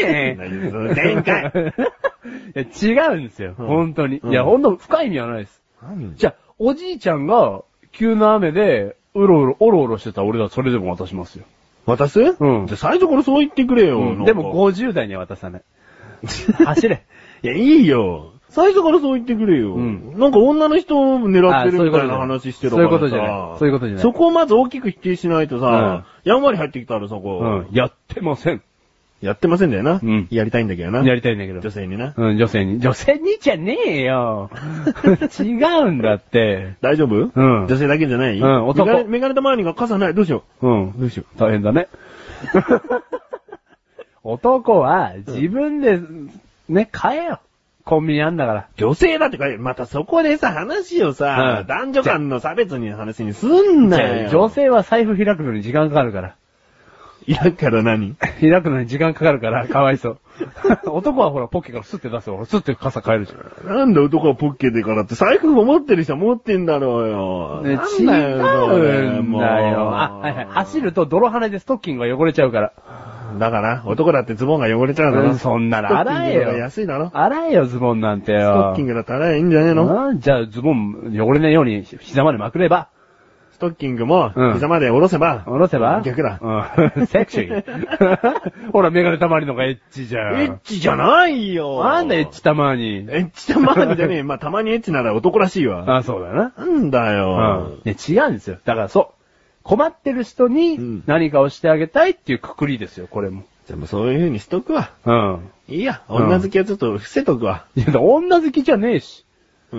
S2: ねえ。
S1: 何そ の展開
S2: いや、違うんですよ、
S1: うん
S2: 本当に。
S1: うん
S2: いや、ほんと深い意味はないです。
S1: 何
S2: じゃあ、おじいちゃんが、急な雨で、うろうろ、おろおろしてたら俺はそれでも渡しますよ。
S1: 渡す
S2: うん
S1: じゃあ最初からそう言ってくれよ。なんか
S2: でも50代には渡 さない。走れ。
S1: いや、いいよ。最初からそう言ってくれよ。
S2: うん
S1: なんか女の人を狙って
S2: あそう
S1: る
S2: いう
S1: み
S2: こ
S1: た
S2: と
S1: いな
S2: じゃない
S1: 話してるからさ
S2: そういうことじゃないそういうことじゃない
S1: そこをまず大きく否定しないとさ、やんわり入ってきたらさ、こう、
S2: うん。やってません。
S1: やってませんだよな。
S2: うん
S1: やりたいんだけどな。
S2: やりたいんだけど。
S1: 女性にな。
S2: うん、女性に。女性にじゃねえ よ。違うんだって。
S1: 大丈夫
S2: うん
S1: 女性だけじゃない
S2: うん男
S1: メガネメガネた周りが傘ない。どうしよ
S2: うん
S1: う。。どうしよ
S2: 大変 だね。男は自分で、ね、買えよ。コンビニあんだから。
S1: う。女性だってか、またそこでさ、話をさ、
S2: うん
S1: 男女間の差別に話にすんな
S2: じゃあ
S1: よ。
S2: 女性は財布開くのに時間かかるから。
S1: いやから何
S2: 開くのに時間かかるから、かわいそう。 男はほら、ポッケからスッて出すよ。スッて傘変えるじゃん。
S1: なんで男はポッケでからって財布を持ってる人は持ってんだろうよ。
S2: ね
S1: なんだよ、
S2: 違うん
S1: もう
S2: だよ。あ、はいはい。走ると泥跳ねでストッキングが汚れちゃうから。
S1: だから、男だってズボンが汚れちゃうの、
S2: うんそんなの洗えよ
S1: ストッキングの方が安いだろ。ス
S2: 洗えよ、ズボンなんてよ。
S1: トッキングだったら洗えばいいんじゃねえの
S2: なじゃあ、ズボン汚れないように膝までまくれば、
S1: ストッキングも
S2: うん、
S1: 膝まで下ろせば、
S2: 下ろせば
S1: 逆だ。
S2: うん。 セクシー。 ほら、メガネたまりのがエッチじゃん。
S1: エッチじゃないよ。
S2: なんだエッチたまに。
S1: エッチたまにじゃ ねえ。まあ、たまにエッチなら男らしいわ。
S2: あ、そうだな。
S1: なんだ
S2: う
S1: よ
S2: ん。。ね、違うんですよ。だからそう。困ってる人
S1: う
S2: に
S1: ん
S2: 何かをしてあげたいっていうくくりですよ、これも。
S1: でもそういう風にしとくわ。
S2: うん。
S1: いいや。
S2: うん
S1: 女好きはちょっと伏せとくわ。
S2: いや、女好きじゃねえし。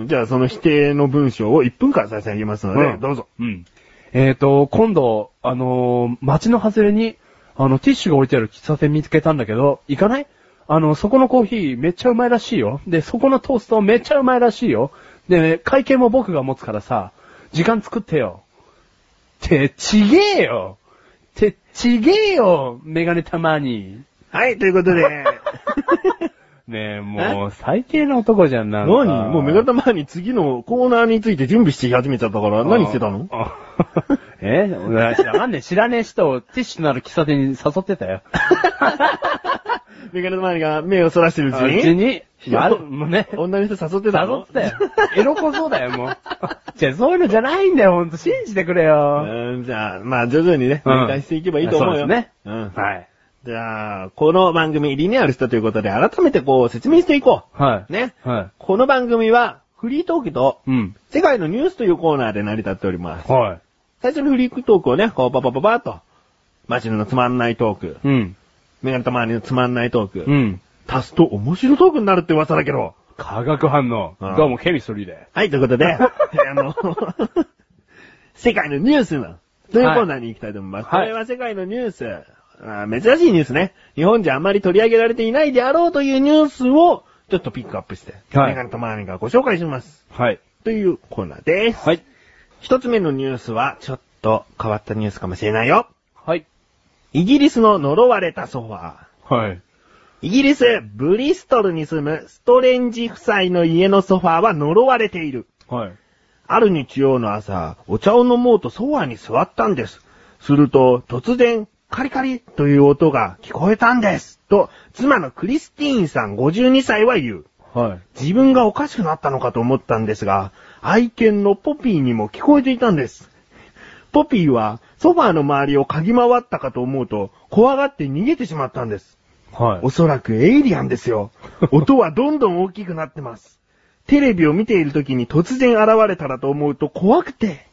S1: じゃあその否定の文章を1分間差し上げますので、どうぞ。。
S2: うん。えっ、と、今度、あのー街の外れに、あの、ティッシュが置いてある喫茶店見つけたんだけど、行かないあの、そこのコーヒーめっちゃうまいらしいよ。で、そこのトーストめっちゃうまいらしいよ。で、会計も僕が持つからさ、時間作ってよ。て、ちげえよて、ちげえよメガネたまに。
S1: はい、ということ で。
S2: ねえ、もう、最低な男じゃんな。
S1: 何もうメガネたまに次のコーナーについて準備してき始めちゃったから、何してたの
S2: あ えわかんねえ。知らねえ人をティッシュのある喫茶店に誘ってたよ。
S1: メガネたまにが目をそらしてるうち
S2: う
S1: に。
S2: ちに、
S1: や
S2: あ
S1: っと
S2: る、もうね。
S1: 女の人誘ってた
S2: 誘
S1: の
S2: ってたよ。エロこそうだよ、も う。じゃあそういうのじゃないんだよ、ほんと。信じてくれよ。
S1: うん、じゃあ、まあ徐々にね、
S2: うん
S1: 展開していけばいいと思うよ。
S2: そうですね
S1: うん。
S2: はい。
S1: じゃあ、この番組リニューアルしたということで、改めてこう説明していこ
S2: は
S1: う。
S2: い。
S1: ね。
S2: は
S1: この番組は、フリートークと、
S2: い。うん。
S1: 世界のニュースというコーナーで成り立っております。
S2: は
S1: 最初のフリートークをね、こうパパパパッと、マジのつまんないトーク、
S2: い。うん。
S1: メガネたまにのつまんないトーク、
S2: うん。
S1: 足すと面白トークになるって噂だけど。
S2: 化学反応
S1: うん。
S2: どうも、ケミストリーで。
S1: はい、ということ で、あの、 世界のニュースの、というコーナーに行きたいと思います。
S2: はい
S1: これは世界のニュース、あー珍しいニュースね。日本じゃあまり取り上げられていないであろうというニュースを、ちょっとピックアップして、
S2: はい
S1: メガネとマーニがご紹介します。
S2: はい。
S1: というコーナーです。
S2: はい。
S1: 一つ目のニュースは、ちょっと変わったニュースかもしれないよ。
S2: はい。
S1: イギリスの呪われたソファー。
S2: はい。
S1: イギリス、ブリストルに住むストレンジ夫妻の家のソファーは呪われている。
S2: はい。
S1: ある日曜の朝、お茶を飲もうとソファーに座ったんです。すると、突然、カリカリという音が聞こえたんです。と、妻のクリスティーンさん52歳は言う。
S2: はい。
S1: 自分がおかしくなったのかと思ったんですが、愛犬のポピーにも聞こえていたんです。ポピーは、ソファーの周りを嗅ぎ回ったかと思うと、怖がって逃げてしまったんです。
S2: は
S1: おそらくエイリアンです よ。音はどんどん大きくなってます。テレビを見ている時に突然現れたらと思うと怖くて。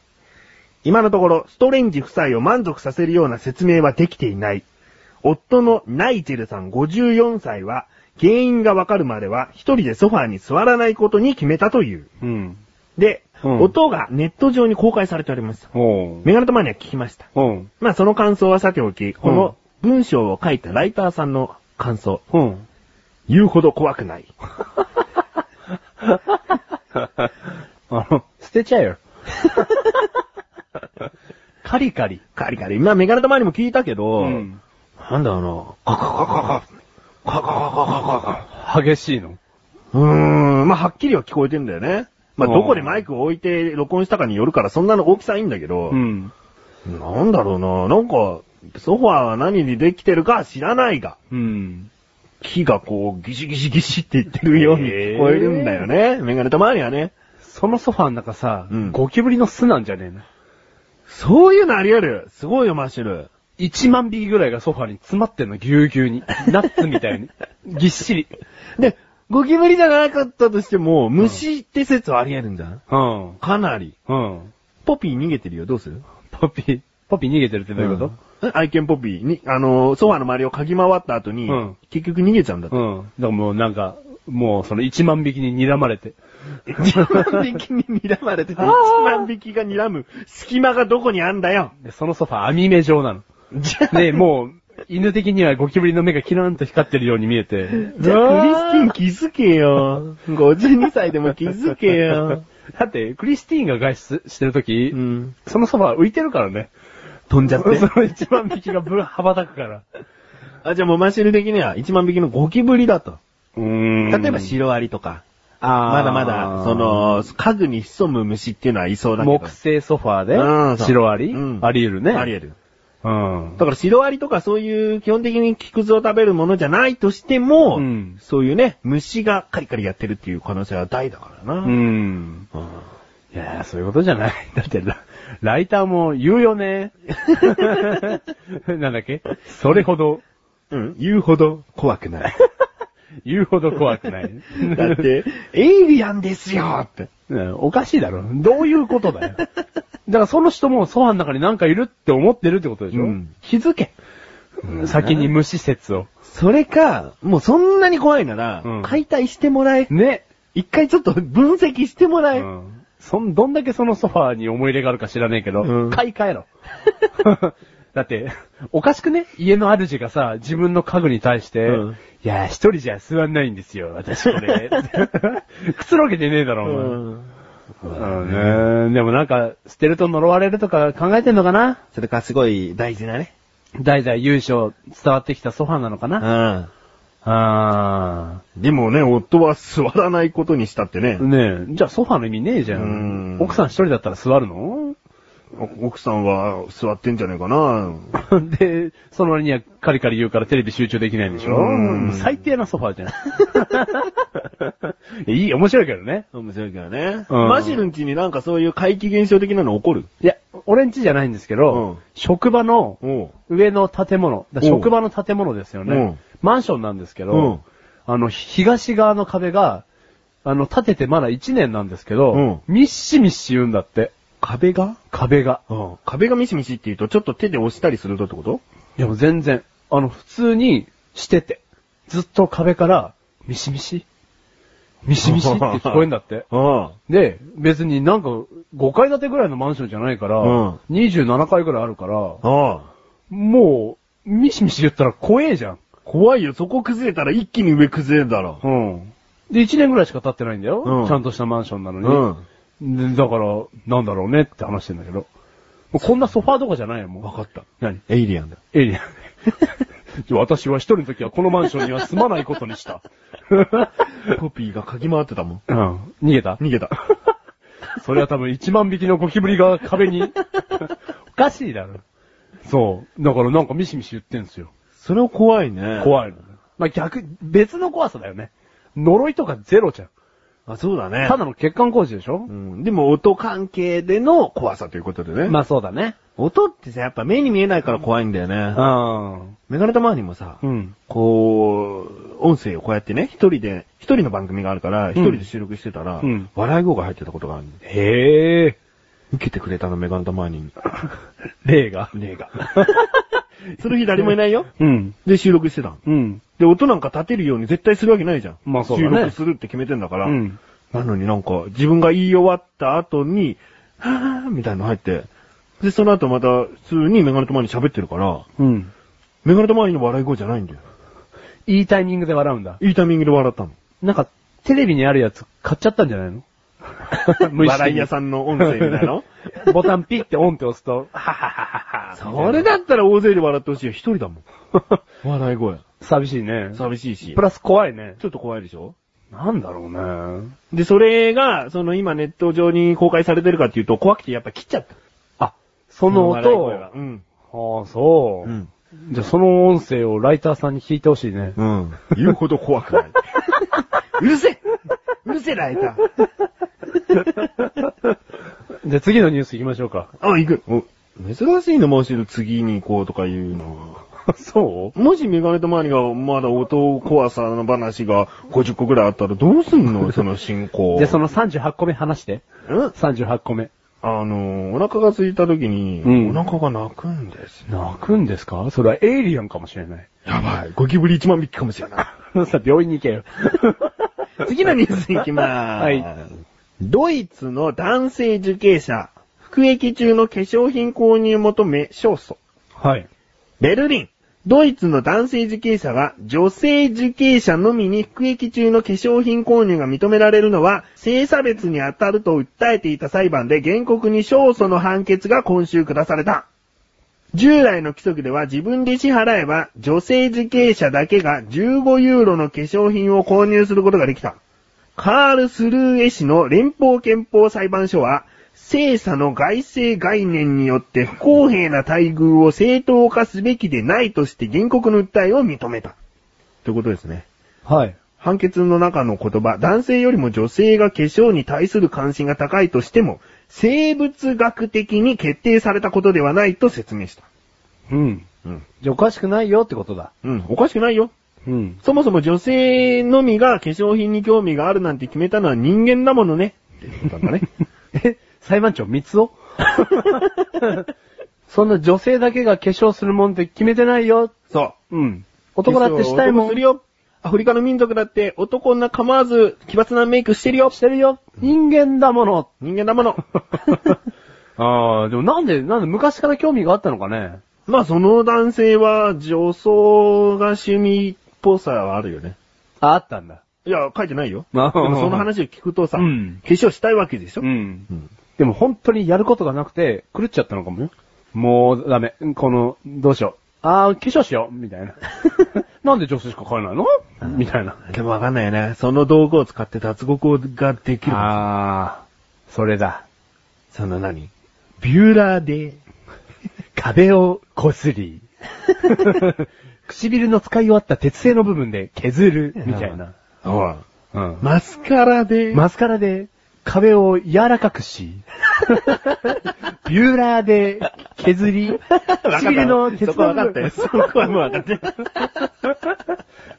S1: 今のところ、ストレンジ夫妻を満足させるような説明はできていない。夫のナイジェルさん54歳は、原因がわかるまでは一人でソファーに座らないことに決めたという。
S2: うん。
S1: で、
S2: うん
S1: 音がネット上に公開されておりました。
S2: おう。
S1: メガネとマニア聞きました。
S2: うん。
S1: まあその感想はさておき、この文章を書いたライターさんの感想。
S2: うん。
S1: 言うほど怖くない。
S2: あの、捨てちゃえよ。カリカリ。
S1: カリカリ。まあ、メガネ玉にも聞いたけど、
S2: うん
S1: なんだろうな。カカカカカ。カカカカカカ
S2: 激しいの。
S1: カ。うーん。まあ、はっきりは聞こえてんだよね。まあ、
S2: うん
S1: どこでマイクを置いて録音したかによるから、そんなの大きさはいいんだけど、
S2: ん。
S1: なんだろうな。なんか、ソファーは何にできてるかは知らないが、
S2: うん。
S1: 木がこう、ギシギシギシって言ってるように聞こえるんだよね。メガネ玉にはね。
S2: そのソファの中さ、
S1: うん
S2: ゴキブリの巣なんじゃねえの
S1: そういうのあり得る。すごいよ、マッシュル。
S2: 1万匹ぐらいがソファに詰まってんの、ぎゅうぎゅうに。ナッツみたいに。 ぎっしり。
S1: で、ゴキブリじゃなかったとしても、虫って説はあり得るんじゃん
S2: うん。
S1: かなり。
S2: うん。
S1: ポピー逃げてるよ、どうする
S2: ポピー、ポピー逃げてるってどういうこと、
S1: え愛犬ポピーに、あの、ソファの周りを嗅ぎ回った後に、
S2: うん
S1: 結局逃げちゃうんだって。
S2: うん。だからもうなんか、もうその1万匹に睨まれて。
S1: 1万匹に睨まれてて、1万 匹が睨む隙間がどこにあんだよ
S2: で、そのソファ網目状 なの。
S1: じゃあ、
S2: で、もう、犬的にはゴキブリの目がキラーンと光ってるように見えて。
S1: じゃあクリスティン気づけよ。52歳でも気づけよ。
S2: だって、クリスティーンが外出してるとき、
S1: うん。
S2: そのソファ浮いてるからね。
S1: 飛んじ
S2: そ
S1: ゃっ
S2: の
S1: て。
S2: 1万匹がぶ、羽ばたくから。
S1: あ、じゃあもうマシル的には1万匹のゴキブリだと。
S2: うーん
S1: 例えばシロアリとか。
S2: あー
S1: まだまだ、その、家具に潜む虫っていうのはいそうだけど。
S2: 木製ソファ
S1: う
S2: ー
S1: んそ
S2: で、
S1: う
S2: シロアリ、
S1: うん
S2: あり得るね。
S1: あり得る。
S2: うん。
S1: だからシロアリとかそういう基本的に木くずを食べるものじゃないとしても、
S2: うん
S1: そういうね、虫がカリカリやってるっていう可能性は大だからな。
S2: うん。
S1: うん
S2: いやー、そういうことじゃない。 だってラ、ライターも言うよ ね。なんだっけそれほど、
S1: うん。言うほど怖くない。
S2: 言うほど怖く ない。
S1: だって、 エイリアンですよって。
S2: うんおかしいだろ。どういうことだよ。だからその人もソファの中になんかいるって思ってるってことでしょ、
S1: うん
S2: 気づけ。先に無視説を。
S1: それか、もうそんなに怖いなら、
S2: うん
S1: 解体してもらえ。
S2: ね。
S1: 一回ちょっと分析してもら
S2: う
S1: え。
S2: ん。そん、どんだけそのソファに思い入れがあるか知らねえけど、
S1: うん
S2: 買い替えろ。 だって、おかしくね家の主がさ、自分の家具に対して、
S1: うん
S2: いやー、一人じゃ座んないんですよ、私こ れ。くつろげてねえだろ、お前。
S1: うん
S2: うんねでもなんか、捨てると呪われるとか考えてんのかな
S1: それかすごい大事なね。
S2: 代々優勝伝わってきたソファなのかなあ
S1: でもね、夫は座らないことにしたってね
S2: ー。ねえ、じゃあソファの意味ねえじゃ。
S1: うんん
S2: 奥さん一人だったら座るの
S1: お奥さんは座ってんじゃねえかな。
S2: で、その割にはカリカリ言うからテレビ集中できないんでしょ
S1: うん
S2: 最低なソファじゃん。 いい、面白いけどね。
S1: 面白いけどね。
S2: うん
S1: マシルんちになんかそういう怪奇現象的なの起こる
S2: いや、俺んちじゃないんですけど、
S1: うん
S2: 職場の
S1: おう。
S2: 上の建物、だ
S1: おう
S2: 職場の建物ですよ
S1: う
S2: ね
S1: ん。
S2: マンションなんですけ
S1: うん
S2: ど、あの、東側の壁が、あの、建ててまだ1年なんですけど、ミッシミッシ言うんだって。
S1: 壁が
S2: 壁が。
S1: うん。壁がミシミシって言うと、ちょっと手で押したりするとってこと
S2: でも全然、あの、普通にしてて、ずっと壁から、ミシミシミシ ミシって聞こえんだって。
S1: あ
S2: で、別になんか、5階建てぐらいのマンションじゃないから、
S1: うん
S2: 27階ぐらいあるから、
S1: あ。ああ。
S2: もう、ミシミシ言ったら怖えじゃん。
S1: 怖いよ、そこ崩れたら一気に上崩れるだろ。
S2: うん。で、1年ぐらいしか経ってないんだよ。
S1: うん
S2: ちゃんとしたマンションなのに。
S1: うん。
S2: でだから、なんだろうねって話してんだけど。もうこんなソファーとかじゃないよ、もう。
S1: わかった。
S2: 何
S1: エイリアンだ。
S2: エイリアン。 私は一人の時はこのマンションには住まないことにした。
S1: ポピーが嗅ぎ回ってたもん。
S2: うん。逃げた
S1: 逃げた。
S2: それは多分1万匹のゴキブリが壁に。 おかしいだろ。そう。だからなんかミシミシ言ってんすよ。
S1: それは怖いね。い。
S2: 怖いの。まあ、逆、別の怖さだよね。呪いとかゼロじゃん。
S1: あ、そうだね。
S2: ただの欠陥工事でしょ
S1: うん。でも音関係での怖さということでね。
S2: まあそうだね。
S1: 音ってさ、やっぱ目に見えないから怖いんだよね。
S2: うん。
S1: メガネたまわりもさ、
S2: うん。
S1: こう、音声をこうやってね、一人で、一人の番組があるから、一人で収録してたら、
S2: うん
S1: 笑い声が入ってたことがあるんで、
S2: へえ。
S1: 受けてくれたのメガネたまわり に。
S2: 霊が。
S1: ねえが。その日誰もいないよ。
S2: うん。
S1: で、収録してたの。
S2: うん。
S1: で、音なんか立てるように絶対するわけないじゃん。
S2: まあそうだね
S1: 収録するって決めてんだから。
S2: うん。
S1: なのになんか、自分が言い終わった後に、はぁーみたいなの入って、で、その後また、普通にメガネとマリに喋ってるから、
S2: うん。
S1: メガネとマリの笑い声じゃないんだよ。
S2: いいタイミングで笑うんだ。
S1: いいタイミングで笑ったの。
S2: なんか、テレビにあるやつ買っちゃったんじゃな いの
S1: 笑い屋さんの音声みたいなの
S2: ボタンピッてオンって押すと、はははは
S1: それだったら大勢で笑ってほしいよ。一人だもん。
S2: は。
S1: 笑い声。
S2: 寂しいね。
S1: 寂しいし。
S2: プラス怖いね。
S1: ちょっと怖いでしょ
S2: なんだろうね。
S1: で、それが、その今ネット上に公開されてるかっていうと、怖くてやっぱ切っちゃった。
S2: あ、その
S1: 笑い
S2: 音。
S1: 声が
S2: あ
S1: うん。
S2: あ、そうう。
S1: ん。
S2: じゃあその音声をライターさんに聞いてほしいね。
S1: うん。言うほど怖くない。 うるせえうるせえライター。
S2: じゃあ次のニュース行きましょうか。
S1: あ、行く。お珍しいね、もうすぐ次に行こうとか言うの。
S2: そう
S1: もしメガネとマリがまだ音怖さの話が50個ぐらいあったらどうす んのその進行。
S2: で、その38個目話して。
S1: うん
S2: 38個目。
S1: あの、お腹が空いた時に、
S2: うん
S1: お腹が泣くんです。
S2: 泣くんですかそれはエイリアンかもしれない。
S1: やばい。ゴキブリ1万匹かもしれない。
S2: さあ、病院に行けよ。
S1: 次のニュースいきます。
S2: はい
S1: ドイツの男性受刑者、服役中の化粧品購入求め、勝訴。
S2: はい。
S1: ベルリン。ドイツの男性受刑者が女性受刑者のみに服役中の化粧品購入が認められるのは性差別に当たると訴えていた裁判で原告に勝訴の判決が今週下された。従来の規則では自分で支払えば女性受刑者だけが15ユーロの化粧品を購入することができた。カール・スルーエ氏の連邦憲法裁判所は、性差の外性概念によって不公平な待遇を正当化すべきでないとして原告の訴えを認めた。ということですね。
S2: はい。
S1: 判決の中の言葉、男性よりも女性が化粧に対する関心が高いとしても、生物学的に決定されたことではないと説明した。
S2: うん。
S1: うん。
S2: じゃあおかしくないよってことだ。
S1: うん、おかしくないよ。
S2: うん。
S1: そもそも女性のみが化粧品に興味があるなんて決めたのは人間だものね。っていうこと なんだね。
S2: え、裁判長、三つ をそんな女性だけが化粧するもんって決めてないよ。
S1: そう。
S2: うん。男だってしたいも
S1: 男す
S2: ん
S1: る。よ。アフリカの民族だって男な構わず奇抜なメイクしてるよ。
S2: してるよ。人間だもの。
S1: 人間だもの。
S2: ああ、でもなんで、なんで昔から興味があったのかね。
S1: まあその男性は女装が趣味っぽさはあるよね。
S2: あ、あったんだ。
S1: いや、書いてないよ。
S2: あ
S1: でもその話を聞くとさ、
S2: うん
S1: 化粧したいわけでしょ、
S2: うん。
S1: うん
S2: でも本当にやることがなくて、狂っちゃったのかもよ。もうダメ。この、どうしよう。あー、化粧しようみた いな。なんで女性しか買えないのみたいな。
S1: でもわかんないよね。その道具を使って脱獄ができる。
S2: あー、それだ。
S1: その何ビューラーで。
S2: 壁をこす り。唇の使い終わった鉄製の部分で削る、みたいな。
S1: おい
S2: うん
S1: マスカラで。
S2: マスカラで壁を柔らかく し、ビューラーで削り、唇の鉄
S1: そこ
S2: の
S1: わ
S2: 部
S1: かった
S2: 分
S1: よ。そこはもうわかったよ。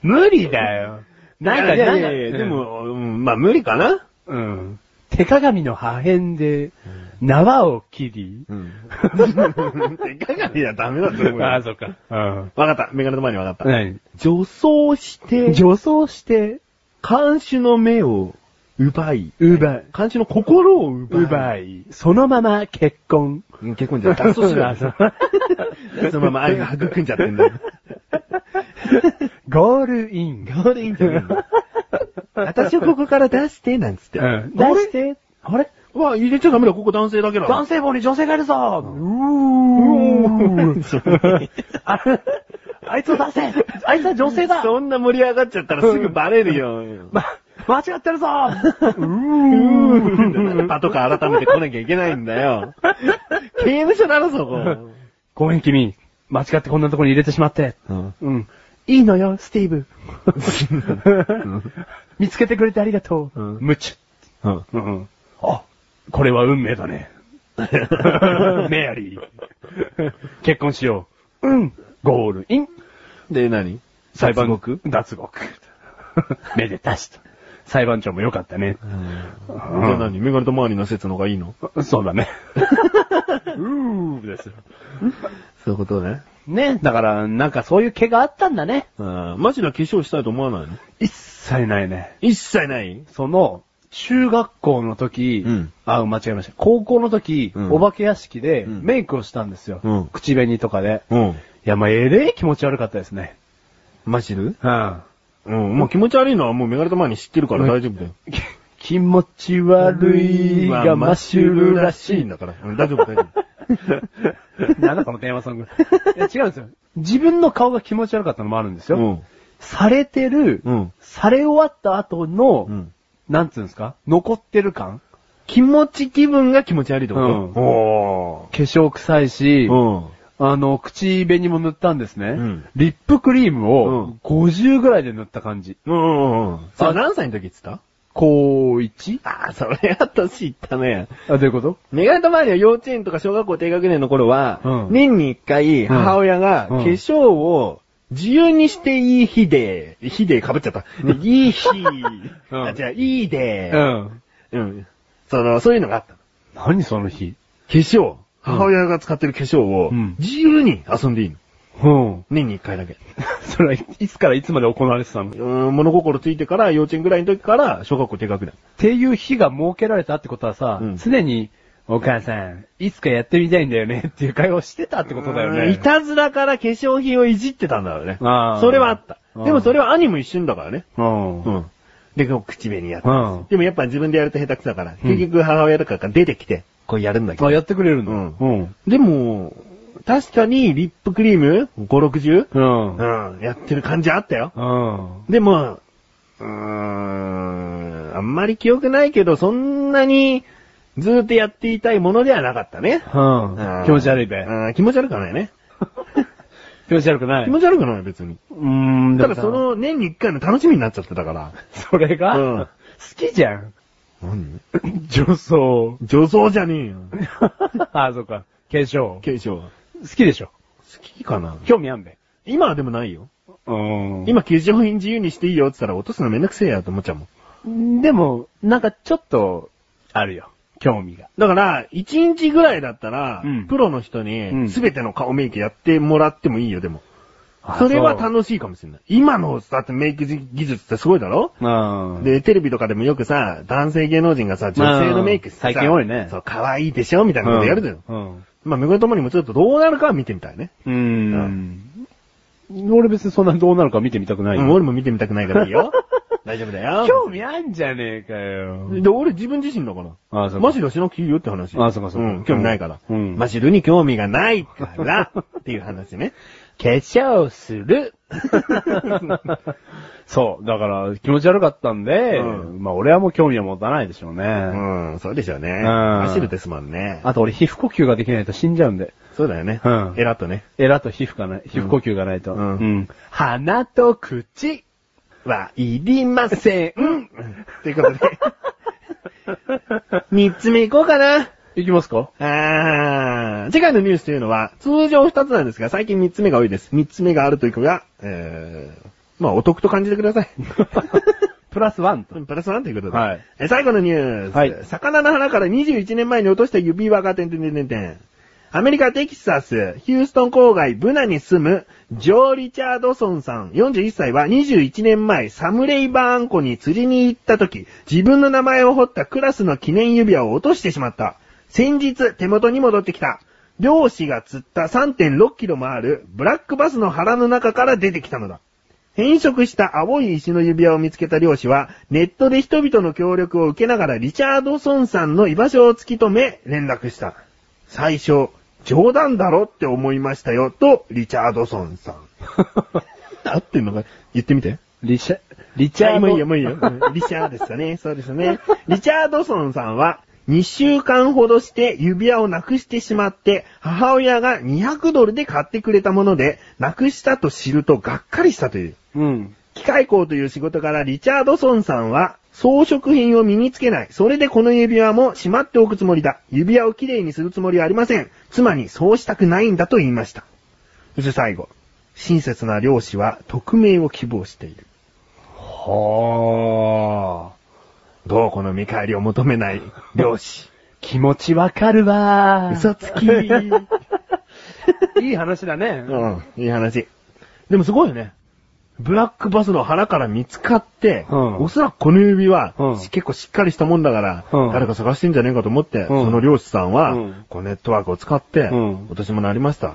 S2: 無理だよ。なんか、
S1: いやい
S2: な
S1: や
S2: ん
S1: い
S2: か
S1: や、で、も、うんまあ無理かな。
S2: うん。手鏡の破片で、縄を切り、
S1: うん。手鏡じゃダメだと 思うよ。わ
S2: そっか。うん。
S1: かった。メガネの前にわかった。
S2: 何
S1: 女装して、
S2: 女装して、
S1: 監視の目を奪い、
S2: 奪い、
S1: 監視の心を奪い。
S2: 奪い、そのまま結婚。
S1: うん結婚じゃ脱走しろよ
S2: あそう
S1: そのまま愛が育んじゃってんだ よ。
S2: ゴールイン。
S1: ゴールインじゃねえんだ私をここから出して、なんつって。
S2: うん出
S1: あれ
S2: して、あれ
S1: うわ、入れちゃダメだ。ここ男性だけだ。
S2: 男性棒に女性がいるぞう
S1: ー
S2: ああいつを出せあいつは女性だ
S1: そんな盛り上がっちゃったらすぐバレる よ。
S2: ま、間違ってる ぞ
S1: うん。 パトカー改めて来なきゃいけないんだ よ。刑務所だろ、そこ。
S2: ごめん君、間違ってこんなところに入れてしまって。
S1: うん
S2: うん。いいのよ、スティーブ。
S1: ん
S2: 見つけてくれてありがとう。
S1: うん
S2: 無知。
S1: うん。
S2: うん。あ、これは運命だ ね。メアリー。結婚しよう。うん。ゴールイン。
S1: で、何
S2: 裁判
S1: 脱獄
S2: 脱獄。 めでたしと。裁判長も良かったね。
S1: じゃあ何メガネと周りの説の方がいいの
S2: そうだね。 うーですよ。
S1: そういうことね。
S2: ね、だから、なんかそういう毛があったんだね。
S1: あーマジな化粧したいと思わないの
S2: 一切ないね。
S1: 一切ない
S2: その、中学校の時、
S1: うん
S2: あ、間違えました。高校の時、
S1: うん
S2: お化け屋敷で
S1: うん
S2: メイクをしたんですよ。
S1: うん
S2: 口紅とかで。い
S1: うん。
S2: や、まあ、えれえ気持ち悪かったですね。
S1: マジル
S2: うん。
S1: うん。まあ気持ち悪いのはもうメガネと周り知ってるから大丈夫だよ。
S2: き 気持ち悪いがマッシュルらしい
S1: ん
S2: な。
S1: だから。うん大丈夫、大丈夫。
S2: なんだこのテーマソング。いや、違うんですよ。自分の顔が気持ち悪かったのもあるんですよ。されてる、
S1: うん。うん。
S2: され終わった後の、
S1: うん。
S2: なんつうんですか残ってる感
S1: 気持ち気分が気持ち悪いってこと
S2: うん
S1: お
S2: 化粧臭いし、
S1: ー。
S2: あの、口紅も塗ったんですね。
S1: ん
S2: リップクリーム
S1: う
S2: を
S1: ん
S2: 50ぐらいで塗った感じ。
S1: うん。うんうんうん。それ
S2: あ
S1: 何歳の時って言った
S2: 高一
S1: ああ、それは年いったね。
S2: あ、どういうこと
S1: メガネたまわりは幼稚園とか小学校低学年の頃は、
S2: うん
S1: 年に一回母親が
S2: う
S1: 化
S2: ん
S1: 粧を自由にしていい日で、日で被っちゃった。い い日、
S2: うん
S1: あ、じゃあいいで、
S2: ん。
S1: うん、その、そういうのがあった。化
S2: 何その日
S1: 粧。母親が使ってる化粧を
S2: うん、
S1: 自由に遊んでいいの。
S2: うん。
S1: 年に一回だけ。
S2: それはいいつからいつまで行われてたのっ
S1: うん、物心ついてから、幼稚園ぐらいの時から、小学校低学年。
S2: ていう日が設けられたってことはさ、
S1: うん
S2: 常に、お母さん、いつかやってみたいんだよね っていう会話をしてたってことだよ
S1: うん
S2: ね。
S1: いたずらから化粧品をいじってたんだろうね。
S2: あー
S1: それはあった。
S2: うん
S1: でもそれは兄も一瞬だからね。
S2: うん。
S1: うん。で、こう口紅やって。
S2: うん。
S1: でもやっぱ自分でやると下手くそだから、
S2: うん
S1: 結局母親とかが出てきて、こうやるんだけ
S2: あ、
S1: ど。
S2: やってくれるのうん。
S1: でも、確かにリップクリーム ?5、
S2: うん。
S1: 60? うん。やってる感じあったよ。
S2: うん。
S1: でも、うーん、あんまり記憶ないけど、そんなにずーっとやっていたいものではなかったね。
S2: うん。気持ち悪いべ。
S1: うん気持ち悪くはないね。
S2: 気持ち悪くない。
S1: 気持ち悪くない別に。
S2: うーん、
S1: た
S2: も
S1: だ
S2: さ
S1: そ、の年に一回の楽しみになっちゃってたから。
S2: それが、
S1: うん
S2: 好きじ ゃん。
S1: 何
S2: 女装。
S1: 女装じゃねえよ。
S2: あ、そっか。化粧。好
S1: 継承。好
S2: きでしょ。
S1: きかな
S2: 興味あんべ。
S1: 今はでもないよ。
S2: うん
S1: 今、
S2: 今、
S1: 化粧品自由にしていいよって言ったら落とすのめんどくせえやと思っちゃうもん。
S2: でも、なんかちょっと、あるよ。興味が。
S1: だから、一日ぐらいだったら、
S2: うん
S1: プロの人
S2: うん
S1: に、すべての顔メイクやってもらってもいいよ、でも。それは楽しいかもしれない。今の、だってメイク技術ってすごいだろ
S2: うん。
S1: で、テレビとかでもよくさ、男性芸能人がさ、女性のメイクしてさ、
S2: うん最近多いね
S1: そう、可愛いでしょみたいなことやるだよ。
S2: うん。
S1: まあ、無言ともにもちょっとどうなるかは見てみたいね。
S2: うん。俺別にそんなどうなるか見てみたくないよ。
S1: うん、俺も見てみたくないからいい よ。大丈夫だよ。
S2: 興味あんじゃねえかよ。
S1: で、俺自分自身だから。
S2: あ、そっか
S1: マシルはしなくていいよって話。
S2: あそうかそうか
S1: ん、興味ないから。
S2: うん
S1: マシルに興味がないから、っていう話ね。
S2: 化粧する。 そう。だから、気持ち悪かったんで、
S1: うん
S2: まあ俺はもう興味は持たないでしょうね。
S1: うん、そうでしょうね。
S2: ん
S1: マシルですもんね。
S2: あと俺皮膚呼吸ができないと死んじゃうんで。
S1: そうだよね。
S2: うん
S1: エラとね。
S2: エラと皮膚がない、皮膚呼吸がないと。
S1: うん
S2: 鼻と 口。
S1: はいりません。ということで。 三つ目いこうかな。
S2: いきますか
S1: あー次回のニュースというのは、通常二つなんですが、最近三つ目が多いです。三つ目があるというか、えー、まあお得と感じてく ださい。
S2: プラスワンと。
S1: プラスワンということで。
S2: はい
S1: え最後のニュース。
S2: はい
S1: 魚の花から21年前に落とした指輪が、てんてんてんてんてん。アメリカ・テキサス、ヒューストン郊外ブナに住む、ジョー・リチャードソンさん、41歳は21年前、サムレイバーン湖に釣りに行った時、自分の名前を彫ったクラスの記念指輪を落としてしまった。先日、手元に戻ってきた。漁師が釣った3.6キロもある、ブラックバスの腹の中から出てきたのだ。変色した青い石の指輪を見つけた漁師は、ネットで人々の協力を受けながらリチャードソンさんの居場所を突き止め、連絡した。最初、冗談だろって思いましたよ、と、リチャードソンさん。 合ってんのか言ってみて。
S2: リシャ、リ
S1: じ
S2: チャ
S1: ゃあ、
S2: ード。
S1: もういいよ、もういいよ。うんリチャードですよね。 そうですよね。リチャードソンさんは、2週間ほどして指輪をなくしてしまって、母親が200ドルで買ってくれたもので、なくしたと知るとがっかりしたという。
S2: うん。
S1: 機械工という仕事からリチャードソンさんは、装飾品を身につけない。それでこの指輪もしまっておくつもりだ。指輪をきれいにするつもりはありません。妻にそうしたくないんだと言いました。そして最後。親切な漁師は匿名を希望している。
S2: はあ。
S1: どうこの見返りを求めない漁師。
S2: 気持ちわかるわー。
S1: 嘘つ き。
S2: いい話だね。
S1: うん、いい話。でもすごいよね。ブラックバスの腹から見つかって、
S2: うん
S1: おそらくこの指は、
S2: うん
S1: 結構しっかりしたもんだから、
S2: うん
S1: 誰か探してんじゃねえかと思って、
S2: ん
S1: その漁師さんは、
S2: うん
S1: こうネットワークを使って、
S2: うん
S1: 私もなりました。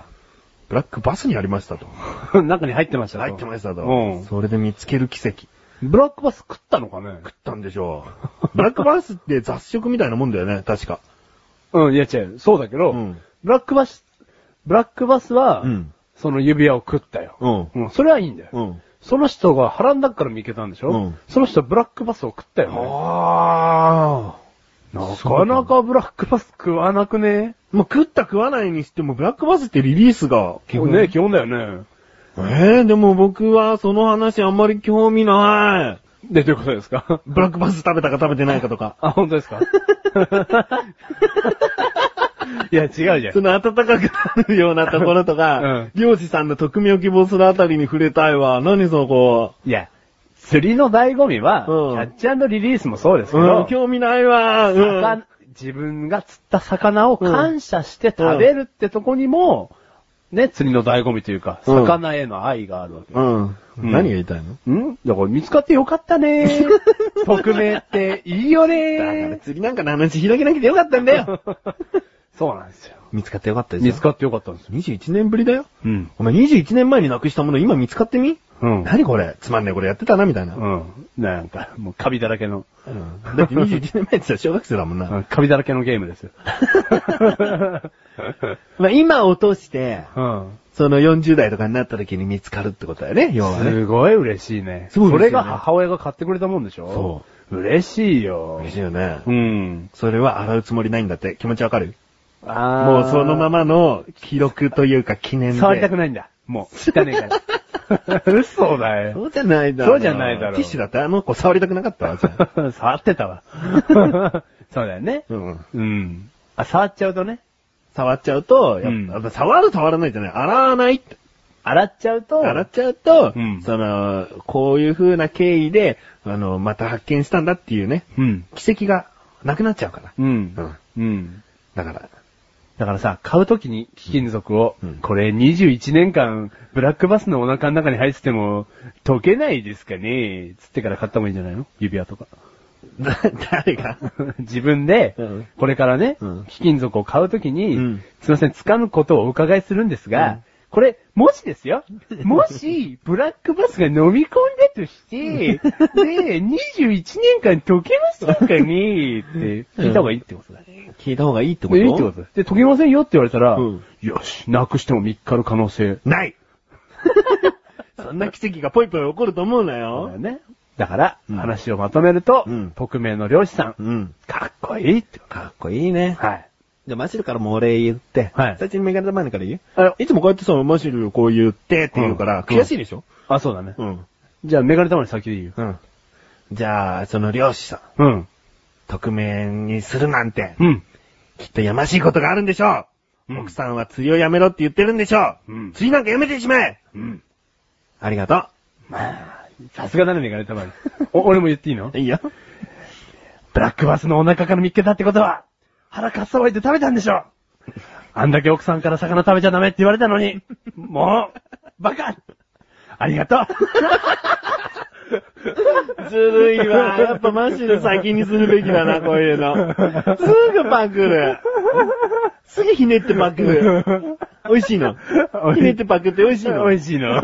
S1: ブラックバスにありましたと。
S2: 中に入ってましたと
S1: 入ってましたと。
S2: うん
S1: それで見つける奇跡。食
S2: ブラックバス食ったのかね
S1: ったんでしょう。ブラックバスって雑食みたいなもんだよね、確か。
S2: うん、いや違う。そうだけど、
S1: うん
S2: ブラックバス、ブラックバスは、
S1: うん
S2: その指輪を食ったよ。
S1: うん。
S2: うん、それはいいんだよ。
S1: うん。
S2: その人が腹の中から見けたんでしょ
S1: うん
S2: その人はブラックバスを食ったよね。
S1: ああ。
S2: なかなかブラックバス食わなくね
S1: まあ、食った食わないにしても、ブラックバスってリリースが
S2: 基本ね、基本だよね。
S1: ええでも僕はその話あんまり興味ない。
S2: で、どういうことです か
S1: ブラックバス食べたか食べてないかとか。
S2: あ、本当 ですかいや、違うじゃん
S1: そ。の暖かくなるようなところとか、漁師さんの匿名を希望するあたりに触れたいわ。何そこ。
S2: いや、釣りの醍醐味は、
S1: うん
S2: キャッチリリースもそうですけ
S1: う
S2: ど、
S1: ん、興味ないわ。うん。
S2: 魚自分が釣った魚を感謝して食べるってとこにも、ね、釣りの醍醐味というか、
S1: うん
S2: 魚への愛があるわけ。
S1: うん。
S2: う
S1: 何
S2: ん
S1: が言いたいの
S2: んだから見つかってよかったね ー。匿名っていいよ
S1: だから
S2: ね
S1: 次なんかの話開けなくてよかったんだよ。
S2: ー。 そうなんですよ。
S1: 見つかってよかったでしょ
S2: 見つかってよかったんですよ。
S1: 21年ぶりだよ。
S2: うん。
S1: お前21年前になくしたもの今見つかってみ
S2: うん。
S1: 何これつまんねえこれやってたなみたいな。
S2: うん。なんか、もうカビだらけの、
S1: うんだって21年前って言ったら小学生だもんな。
S2: カビだらけのゲームで すよ。
S1: まあ今落として、
S2: うん。
S1: その40代とかになった時に見つかるってことだよね、要はね。
S2: すごい嬉しいね。
S1: すごい
S2: そ
S1: 嬉しいよね
S2: れが母親が買ってくれたもんでしょそう。嬉しいよ。
S1: 嬉しいよね。
S2: うん。
S1: それは洗うつもりないんだって気持ちわかる
S2: あ
S1: もうそのま
S2: ま。
S1: まの記録というか記念で。
S2: 触りたくないんだ。もう、汚ねえから。 嘘だよ。
S1: そうじゃないだろ。
S2: そうじゃないだろ
S1: ティッシュだってあの子触りたくなかったわ、じゃ あ
S2: 触ってたわ。そうだよね。
S1: うん。
S2: うん。あ、触っちゃうとね。
S1: 触っちゃうと、やっ
S2: うん
S1: ぱやっぱ触る触らないじゃない。洗わないって。
S2: 洗っちゃうと、
S1: 洗っちゃうと、
S2: うん
S1: その、こういう風な経緯で、あの、また発見したんだっていうね、
S2: うん。
S1: 奇跡がなくなっちゃうから。
S2: うん。うん。
S1: だから、
S2: だからさ、買うときに貴金属を、
S1: うん
S2: これ21年間、ブラックバスのお腹の中に入ってても、溶けないですかねつってから買った方がいいんじゃないの指輪とか。
S1: だ誰が
S2: 自分で
S1: うん、
S2: これからね、
S1: うん
S2: 貴金属を買うときに、
S1: うん
S2: すいません、つかぬことをお伺いするんですが、
S1: うん
S2: これ、もしで すよ、もし、ブラックバスが飲み込んだとして、で、21年間溶けませんかねって聞いた方がいいってことだね。
S1: 聞いた方がいいってこと
S2: で、いいってことで、溶けませんよって言われたら、
S1: うん
S2: よし、なくしても3日の可能性。
S1: ないそんな奇跡がぽいぽい起こると思うな
S2: そうだよ
S1: よ。
S2: ね。だから、
S1: うん
S2: 話をまとめると、
S1: うん
S2: 匿名の漁師さん、
S1: うん。
S2: かっこいいって。
S1: かっこいいね。
S2: はい。
S1: じゃあ、マシルからもお礼言って、
S2: はい
S1: 最初にメガネ玉にから言う
S2: あら
S1: いつもこうやってさ、マシルこう言ってって言うから、
S2: うん
S1: 悔しいでしょ
S2: あ、そうだね。
S1: ん。
S2: じゃあ、メガネ玉に先でいいよ。
S1: うん。じゃあ、その漁師さん、
S2: うん。
S1: 匿名にするなんて、
S2: うん。
S1: きっとやましいことがあるんでしょう、
S2: うん
S1: 奥さんは釣りをやめろって言ってるんでしょう、
S2: うん
S1: 釣りなんかやめてしまえ
S2: うん。
S1: ありがと
S2: まあ、さすがだね、メガネ玉に。お、俺も言っていいの
S1: う。いいよ。
S2: ブラックバスのお腹から見っけたってことは、腹かっさばいて食べたんでしょあんだけ奥さんから魚食べちゃダメって言われたのに、もう、バカありがとう
S1: ずるいわ。やっぱマシで先にするべきだな、こういうの。すぐパクる。すぐひねってパクる。美味しいの。ひねってパクって美味しいの。
S2: 美味しいの。っ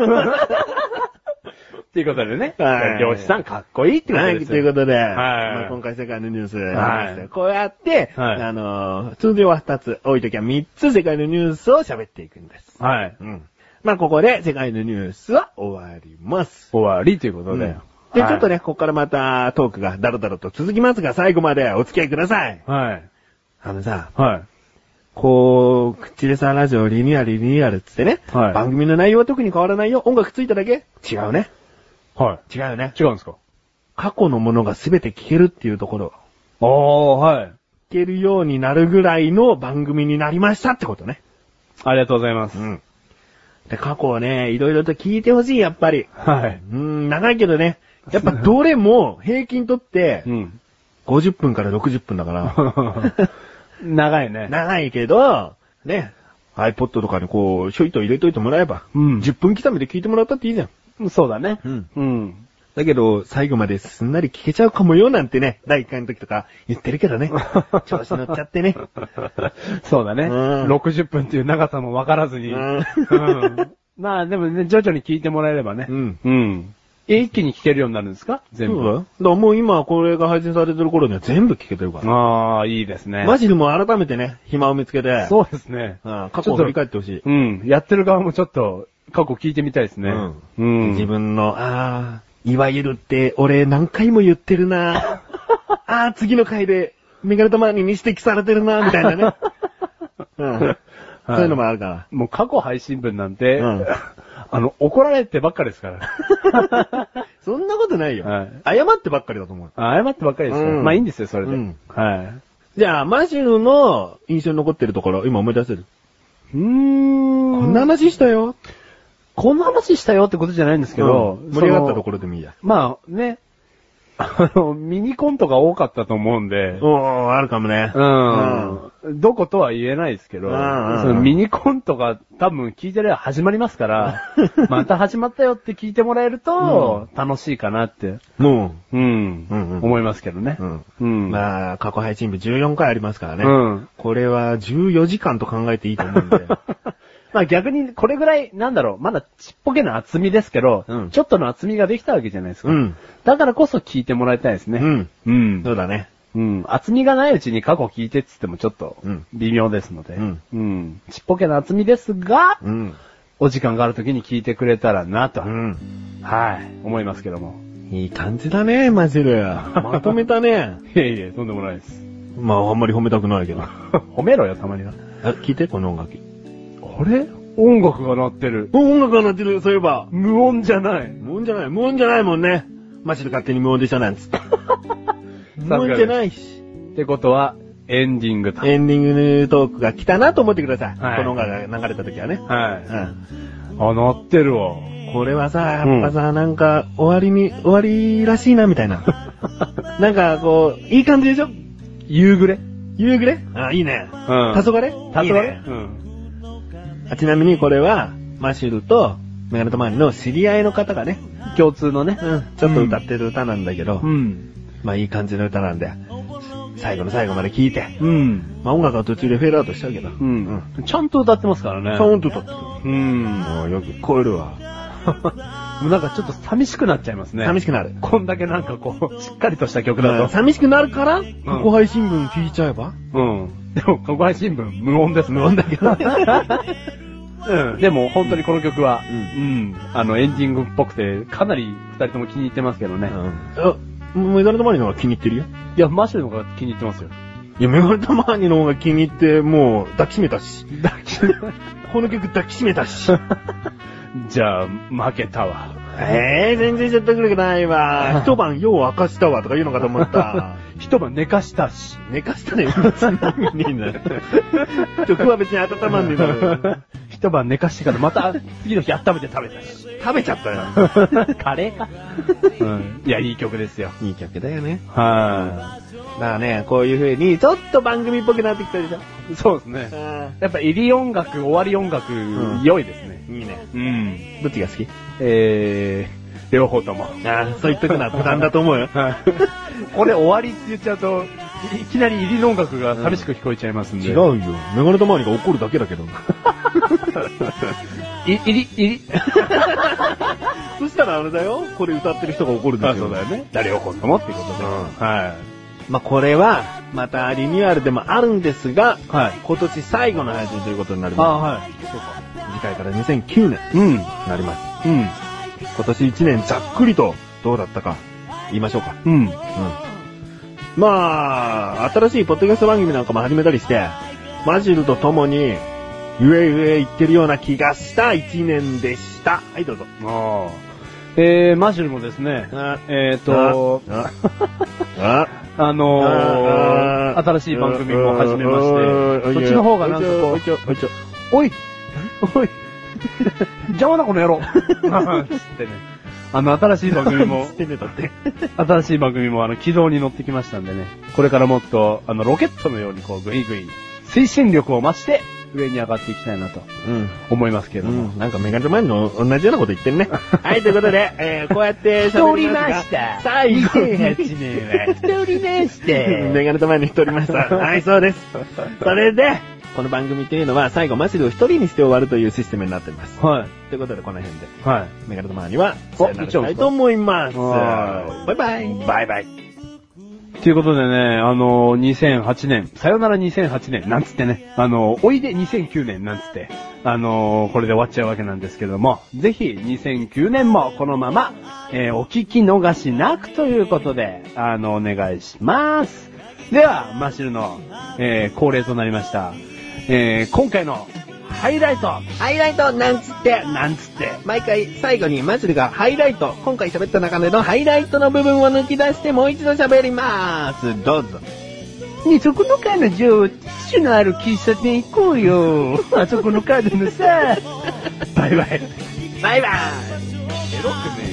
S2: ていうことでね。
S1: はい
S2: 漁師さんかっこいいってこと
S1: は
S2: で
S1: い、
S2: す。
S1: ということで、まあ今
S2: は
S1: 回世界のニュース、
S2: はい
S1: こうやって、
S2: はい
S1: あのー通常は2つ、多い時は3つ世界のニュースを喋っていくんです。
S2: い。はい。
S1: うん。まあ、ここで世界のニュースは終わります。
S2: 終わりということ
S1: うん
S2: で。
S1: で、
S2: はい
S1: ちょっと。ね、ここからまたトークがだらだらと続きますが、最後までお付き合いください。
S2: はい。
S1: あのさ、
S2: はい。
S1: こう、口でさラジオリニューアルリニューアルっつってね、
S2: はい
S1: 番組の内容は特に変わらないよ。音楽ついただけ違うね。
S2: は
S1: 違うよね
S2: い。。違うんですか
S1: 過去のものが全て聞けるっていうところ。
S2: ああ、はい。
S1: 聞けるようになるぐらいの番組になりましたってことね。
S2: ありがとうございます。
S1: ん。で、過去をね、いろいろと聞いてほしい、やっぱり。
S2: はい。
S1: うん、長いけどね。やっぱどれも平均とって
S2: う、ん。
S1: 50分から60分だから、
S2: 長いね。
S1: 長いけど、ね、iPod とかにこう、ちょいと入れといてもらえば、
S2: うん
S1: 10分刻みで聞いてもらったっていいじゃん。
S2: そうだね。
S1: うん
S2: うん。
S1: だけど、最後まですんなり聞けちゃうかもよなんてね、第1回の時とか言ってるけど ね。調子乗っちゃってね。
S2: そうだね。
S1: うん
S2: 60分っていう長さも分からずに。
S1: うん
S2: うんまあでもね、徐々に聞いてもらえればね。
S1: うん
S2: うん。え一気に聞けるようになるんですか全
S1: そうだよ
S2: 部。
S1: だからもう今これが配信されてる頃には全部聞けてるから。
S2: ああ、いいですね。
S1: マジでもう改めてね、暇を見つけて、
S2: そうですね。
S1: うん過去を振り返ってほしい。
S2: うん。やってる側もちょっと、過去聞いてみたいですね。
S1: うん自分の、あー、いわゆるって俺何回も言ってる なあー、次の回でメガネ玉に指摘されてるなみたいな ね。うん。そういうのもあるから。
S2: もう過去配信分なんて、
S1: うん
S2: あの、怒られてばっかりですから。
S1: そんなことないよ。
S2: はい
S1: 謝ってばっかりだと思う。
S2: あ謝ってばっかりですから。
S1: うん
S2: まあいいんですよ、それで。
S1: うん
S2: はい。
S1: じゃあ、マシュルの印象に残ってるところ、今思い出せる。
S2: うーん。
S1: こんな話したよ。
S2: こんな話したよってことじゃないんですけど、
S1: うん盛り上がったとこ
S2: ろ。
S1: ろでもいいや。
S2: まあね、 あの、ミニコントが多かったと思うんで、
S1: おー、あるかもね。
S2: うん。どことは言えないですけど、
S1: うんうんうん
S2: そのミニコントが多分聞いてれば始まります から、また始まったよって聞いてもらえると、楽しいかなって、
S1: も
S2: うん、
S1: うんうん
S2: 思いますけどね
S1: う、う。ん。
S2: うん。
S1: まあ、過去配信部14回ありますからね。
S2: うん
S1: これは14時間と考えていいと思うん で。
S2: まあ逆にこれぐらい、なんだろう、まだちっぽけな厚みですけど、
S1: うん
S2: ちょっとの厚みができたわけじゃないですか。
S1: うん
S2: だからこそ聞いてもらいたいですね。
S1: うん。
S2: うん。
S1: そうだね。
S2: うん。厚みがないうちに過去聞いてっつってもちょっと
S1: うん、
S2: 微妙ですので。
S1: うん
S2: うんちっぽけな厚みですが、
S1: うん。
S2: お時間がある時に聞いてくれたらなと、
S1: うん。
S2: はい、思いますけども。
S1: いい感じだね、マジで。まとめた ね。
S2: いえいえ、とんでもないです。
S1: まあ、あんまり褒めたく ないけど。あ、
S2: 褒めろよ、たまには。
S1: 聞いて、この音楽。
S2: あれ音楽が鳴ってる。
S1: お、音楽が鳴ってる、そういえば。
S2: 無音じゃない。
S1: 無音じゃない、無音じゃないもんね。マジで勝手に無音でしたなん つって。無音じゃないし。
S2: ってことは、エンディングと。
S1: エンディングトークが来たなと思ってください。
S2: はい
S1: この音楽が流れた時はね。
S2: はい。
S1: う
S2: あ、鳴ってるわ。
S1: ん。これはさ、やっぱさ、なんか、終わりに、終わりらしいな、みたい な。なんか、こう、いい感じでしょ
S2: 夕暮れ
S1: 夕暮れあ、いいね。
S2: うん
S1: 黄昏
S2: た
S1: い
S2: と
S1: い
S2: え
S1: ね
S2: うん。
S1: あちなみにこれは、マシュルと、メガネとマリの知り合いの方がね、
S2: 共通のね。
S1: うん、ちょっと歌ってる歌なんだけど、
S2: ん。
S1: まあいい感じの歌なんで、最後の最後まで聴いて、
S2: うん。
S1: まあ音楽は途中でフェードアウトしちゃうけど、
S2: う。ん。ちゃんと歌ってますからね。
S1: サウンドとってる。
S2: うん。
S1: もうよく聞こえるわ。
S2: もうなんかちょっと寂しくなっちゃいますね。
S1: 寂し
S2: く。
S1: くなる。
S2: こんだけなんかこう、しっかりとした曲
S1: う
S2: だ
S1: ん
S2: と。
S1: 寂しくなるから、ここ配信分聞いちゃえば
S2: うん。でも、国配新聞、無音 です。無音だけど。うん。でも、本当にこの曲は、
S1: う
S2: うん。あの、エンディングっぽくて、かなり二人とも気に入ってますけど
S1: う
S2: ね。
S1: あ、メガネとマリの方が気に入ってるよ。
S2: いや、マッシュルの方が気に入ってますよ。
S1: いや、メガネとマリの方が気に入って、もう抱きしめたし。抱きしめこの曲抱きしめた し。
S2: じゃあ、負けたわ。
S1: ええー、全然説得力ない わ。一晩夜を明かしたわとか言うのかと思 った。
S2: 一晩寝かしたし。
S1: 寝かしたね、 別に何にいいんだよ。曲は別に温まんねえだろ。
S2: 一晩寝かしてからまた次の日温めて食べたし。
S1: 食べちゃったよ。
S2: カレーか。うん。いや、いい曲ですよ。
S1: いい曲だよね。
S2: は
S1: だからね、こういう風に、ちょっと番組っぽくなってきたでしょ。
S2: い。そうですね。やっぱ入り音楽、終わり音楽、
S1: ん
S2: 良いですね。
S1: いいね。
S2: うん。
S1: どっちが好き
S2: えー、両方とも。
S1: ああ、そう言っとくのは無難だと思うよ。
S2: これ終わりって言っちゃうと、いいきなり入りの音楽が寂しく聞こえちゃいますんで。
S1: 違うよ。メガネとマリが怒るだけだけど。
S2: い入り、入り。
S1: そしたらあれだよ。これ歌ってる人が怒るんですよ。
S2: ね。両方ともっていうことで。
S1: うん
S2: は
S1: まあ、これは、またリニューアルでもあるんですが、
S2: い。はい。
S1: 今年最後の配信ということになり
S2: あ
S1: ま
S2: はい。
S1: す。次回から2009年
S2: うん。
S1: になります。
S2: うん。
S1: 今年1年ざっくりとどうだったか言いましょうか。
S2: うん。
S1: うん。まあ、新しいポッドキャスト番組なんかも始めたりして、マジルと共に、ゆえゆえ言ってるような気がした1年でした。はい、どうぞ。
S2: ああ。えー、マジュルもですね、
S1: あ
S2: えっ、ー、と、
S1: あ、あ、
S2: あのー、新しい番組も始めまして、そっちの方がなんかこう、おいおい邪魔だこの野郎つってね。あの、新しい番組 も
S1: 知っ、てねだって。
S2: 新しい番組もあの、軌道に乗ってきましたんでね。これからもっと、あの、ロケットのようにこう、ぐいぐい、推進力を増して、上に上がっていきたいなと
S1: うん。
S2: 思いますけれども。
S1: なんかメガネ前の同じようなこと言ってる ね。はい、ということで、えー、こうやって喋りますが
S3: 一人ました
S1: 最後8年 は。
S3: 一人でして。
S1: メガネと前に一人ました。はい、そうです。 それで、この番組というのは最後マシルを一人にして終わるというシステムになってます。
S2: はい。
S1: ということで、この辺で、
S2: はい。
S1: メガネと前には、さよならしたいと思います。
S2: は
S1: バイバイ。バイバイ。
S2: ということでね、あの2008年、さよなら2008年、なんつってね、あのおいで2009年、なんつって、あのこれで終わっちゃうわけなんですけども、ぜひ2009年もこのまま、えーお聞き逃しなくということで、あのお願いします。では、マシルの、えー恒例となりました、えー今回の
S4: ハイライト
S1: ハイライトなんつって
S4: なんつって。
S1: 毎回最後にマジルがハイライト、今回喋った中でのハイライトの部分を抜き出してもう一度喋ります。どうぞ。
S2: ねえ、そこの彼女、ティッシュのある喫茶店行こうよ。あそこの彼女のさ。バイバイ。
S1: バイバイ
S2: エロくねえ